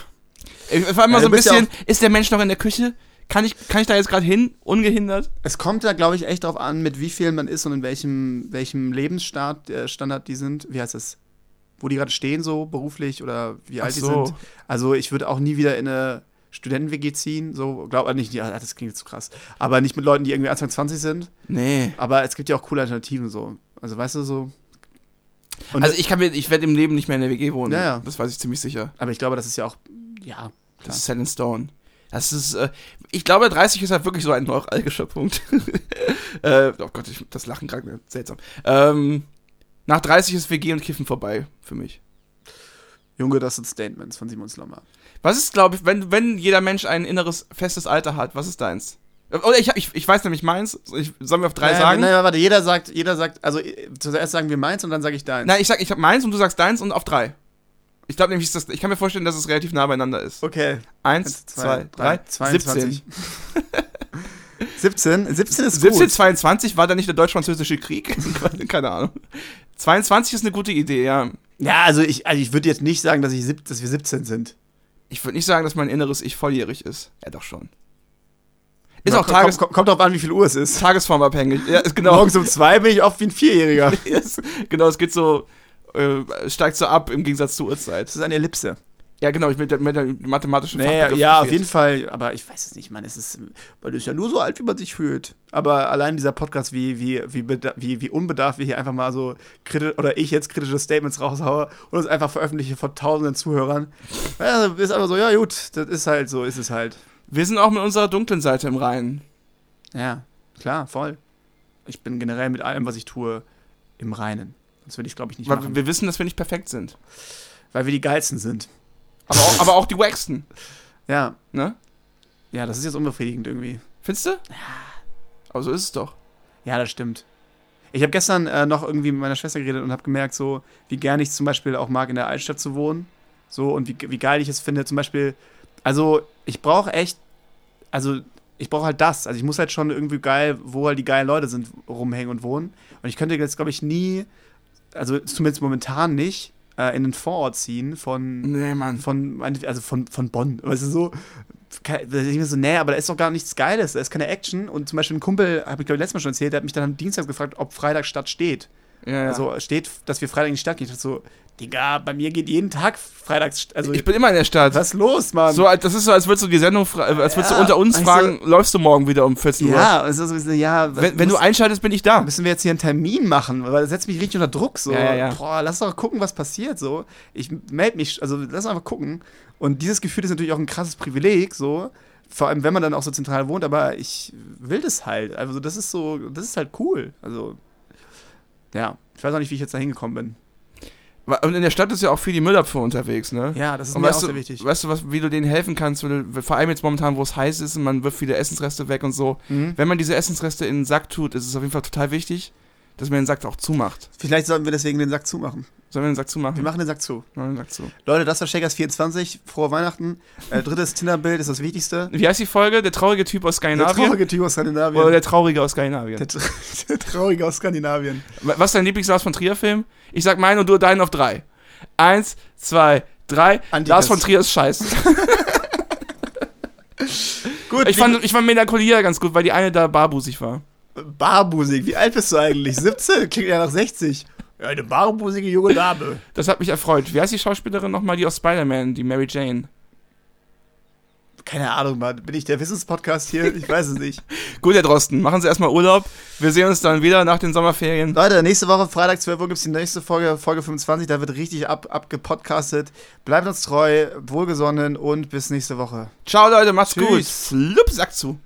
Speaker 1: Es war immer
Speaker 2: Ja,
Speaker 1: so ein
Speaker 2: du bist ja
Speaker 1: bisschen, ist der Mensch noch in der Küche? Kann ich, kann ich da jetzt gerade hin, ungehindert?
Speaker 2: Es kommt da, glaube ich, echt drauf an, mit wie vielen man ist und in welchem, welchem Lebensstandard äh, Standard die sind. Wie heißt das? Wo die gerade stehen, so beruflich oder wie alt
Speaker 1: so.
Speaker 2: die sind. Also, ich würde auch nie wieder in eine Studenten-WG ziehen. So, glaube nicht, ja, ah, das klingt jetzt zu krass. Aber nicht mit Leuten, die irgendwie Anfang 20 sind.
Speaker 1: Nee.
Speaker 2: Aber es gibt ja auch coole Alternativen, so. Also, weißt du, so. Und
Speaker 1: also ich kann mir, ich werde im Leben nicht mehr in der WG wohnen.
Speaker 2: Ja, ja.
Speaker 1: Das weiß ich ziemlich sicher.
Speaker 2: Aber ich glaube, das ist ja auch, ja,
Speaker 1: Das ist set in stone. Das ist, äh, ich glaube, 30 ist halt wirklich so ein neuralgischer Punkt. *laughs* äh, oh Gott, ich, das Lachen gerade seltsam. Ähm, nach 30 ist WG und Kiffen vorbei für mich.
Speaker 2: Junge, das sind Statements von Simon Slommer.
Speaker 1: Was ist, glaube ich, wenn, wenn jeder Mensch ein inneres, festes Alter hat, was ist deins? Äh, Oder ich, hab- ich, ich weiß nämlich meins. Soll ich, sollen wir auf drei
Speaker 2: naja,
Speaker 1: sagen?
Speaker 2: Naja, warte, jeder sagt, jeder sagt, also äh, zuerst sagen wir meins und dann sage ich deins.
Speaker 1: Nein, ich sag, ich hab meins und du sagst deins und auf drei. Ich glaube nämlich, ist das, ich kann mir vorstellen, dass es relativ nah beieinander ist.
Speaker 2: Okay.
Speaker 1: Eins, zwei, drei, 17.
Speaker 2: *laughs* 17? 17 ist
Speaker 1: 17,
Speaker 2: gut.
Speaker 1: 22 war da nicht der deutsch-französische Krieg? *laughs* Keine Ahnung. 22 ist eine gute Idee, ja.
Speaker 2: Ja, also ich, also ich würde jetzt nicht sagen, dass, ich sieb, dass wir 17 sind.
Speaker 1: Ich würde nicht sagen, dass mein inneres Ich volljährig ist. Ja, doch schon. Ist
Speaker 2: Na,
Speaker 1: auch
Speaker 2: komm-
Speaker 1: Tages
Speaker 2: komm- kommt drauf an, wie viel Uhr es ist.
Speaker 1: tagesformabhängig. Ja, ist genau.
Speaker 2: Morgens um zwei bin ich oft wie ein Vierjähriger.
Speaker 1: *laughs* Yes. Genau, es geht so, äh, es steigt so ab im Gegensatz zur Uhrzeit.
Speaker 2: Das ist eine Ellipse.
Speaker 1: Ja, genau, ich bin mit der, mit der mathematischen
Speaker 2: Naja,
Speaker 1: Fachbegriff
Speaker 2: ja, auf
Speaker 1: gefehlt.
Speaker 2: jeden Fall. Aber ich weiß es nicht, Mann. Es ist, man ist ja nur so alt, wie man sich fühlt. Aber allein dieser Podcast, wie, wie, wie, beda- wie, wie unbedarft wir hier einfach mal so kritisch, oder ich jetzt kritische Statements raushaue und es einfach veröffentliche vor tausenden Zuhörern. Ja, ist aber so, ja gut, das ist halt so, ist es halt.
Speaker 1: Wir sind auch mit unserer dunklen Seite im Reinen.
Speaker 2: Ja, klar, voll. Ich bin generell mit allem, was ich tue, im Reinen. Sonst würde ich es, glaube ich, nicht
Speaker 1: Weil
Speaker 2: machen.
Speaker 1: wir wissen, dass wir nicht perfekt sind.
Speaker 2: Weil wir die Geilsten sind.
Speaker 1: Aber auch, aber auch die Waxen,
Speaker 2: Ja,
Speaker 1: ne?
Speaker 2: ja, das ist jetzt unbefriedigend irgendwie.
Speaker 1: Findest du? Ja. Aber so ist es doch.
Speaker 2: Ja, das stimmt. Ich habe gestern äh, noch irgendwie mit meiner Schwester geredet und habe gemerkt, so wie gern ich zum Beispiel auch mag, in der Altstadt zu wohnen. So und wie, wie geil ich es finde, zum Beispiel. Also, ich brauche echt. Also, ich brauche halt das. Also, ich muss halt schon irgendwie geil, wo halt die geilen Leute sind, rumhängen und wohnen. Und ich könnte jetzt, glaube ich, nie. Also, zumindest momentan nicht. Äh, in den Vorort ziehen von.
Speaker 1: Nee, Mann.
Speaker 2: Von, also von, von Bonn. Weißt du, so. Ke- da denk Ich mir so, nee, aber da ist doch gar nichts Geiles, da ist keine Action. Und zum Beispiel ein Kumpel, habe ich glaube ich letztes Mal schon erzählt, der hat mich dann am Dienstag gefragt, ob Freitag Stadt steht.
Speaker 1: Ja, ja.
Speaker 2: Also steht, dass wir Freitag in die Stadt gehen. Ich dachte so, Digga, bei mir geht jeden Tag Freitags. Also,
Speaker 1: ich bin immer in der Stadt.
Speaker 2: was ist los, Mann?
Speaker 1: So, als- das ist so, als würdest du die Sendung, fra- äh, als würdest du
Speaker 2: Ja,
Speaker 1: unter uns
Speaker 2: also-
Speaker 1: fragen, läufst du morgen wieder um 14 Uhr?
Speaker 2: ja, es ist so, ja,
Speaker 1: Wenn, wenn du
Speaker 2: muss-
Speaker 1: einschaltest, bin ich da.
Speaker 2: müssen wir jetzt hier einen Termin machen, weil das setzt mich richtig unter Druck. So,
Speaker 1: Ja, ja, ja.
Speaker 2: Boah, lass doch gucken, was passiert. So, ich melde mich, also lass einfach gucken. Und dieses Gefühl ist natürlich auch ein krasses Privileg, so. Vor allem, wenn man dann auch so zentral wohnt, aber ich will das halt. Also, das ist so, das ist halt cool. Also, ja, ich weiß auch nicht, wie ich jetzt da hingekommen
Speaker 1: Wa- Und in der Stadt ist ja auch viel die Müllabfuhr unterwegs, ne?
Speaker 2: bin. Ja, das ist
Speaker 1: und
Speaker 2: mir auch
Speaker 1: weißt
Speaker 2: sehr
Speaker 1: du,
Speaker 2: wichtig.
Speaker 1: weißt du was, wie du denen helfen kannst, wenn du, vor allem jetzt momentan, wo es heiß ist und man wirft viele Essensreste weg und so.
Speaker 2: Mhm.
Speaker 1: Wenn man diese Essensreste in den Sack tut, ist es auf jeden Fall total wichtig, dass man den Sack auch zumacht.
Speaker 2: Vielleicht sollten wir deswegen den Sack zumachen.
Speaker 1: Sollen wir den Sack
Speaker 2: Wir
Speaker 1: zumachen?
Speaker 2: machen den Sack zu.
Speaker 1: Machen wir den Sack zu.
Speaker 2: Leute, das war Shakers 24. Frohe Weihnachten. Äh, drittes Tinder-Bild ist das Wichtigste.
Speaker 1: Wie heißt die Folge? Der traurige Typ aus
Speaker 2: Der
Speaker 1: Skandinavien?
Speaker 2: traurige Typ aus Skandinavien.
Speaker 1: Oder der traurige aus Skandinavien?
Speaker 2: *laughs* Tra- der traurige aus Skandinavien.
Speaker 1: Wa- Was ist dein Lieblings-Lars von Trier-Film? Ich sag meinen und du deinen auf drei. Eins, zwei, drei.
Speaker 2: Antikas. *laughs*
Speaker 1: Lars von Trier ist scheiße.
Speaker 2: Gut,
Speaker 1: Ich fand, ich fand Melancholia ganz gut, weil die eine da barbusig war.
Speaker 2: Barbusig, wie alt bist du eigentlich? 17? Klingt ja nach 60. Ja, eine barbusige junge Dame.
Speaker 1: Das hat mich erfreut. Wie heißt die Schauspielerin nochmal, die aus Spider-Man, die Mary Jane?
Speaker 2: Keine Ahnung, Mann. Bin ich der Wissenspodcast hier? Ich weiß es nicht.
Speaker 1: Gut, Herr Drosten, machen Sie erstmal Urlaub. Wir sehen uns dann wieder nach den Sommerferien.
Speaker 2: *laughs* Leute, nächste Woche, Freitag 12 Uhr, gibt es die nächste Folge, Folge 25. Da wird richtig ab, abgepodcastet. Bleibt uns treu, wohlgesonnen und bis nächste Woche.
Speaker 1: Ciao, Leute, macht's
Speaker 2: Tschüss.
Speaker 1: gut. Flup, Sack zu.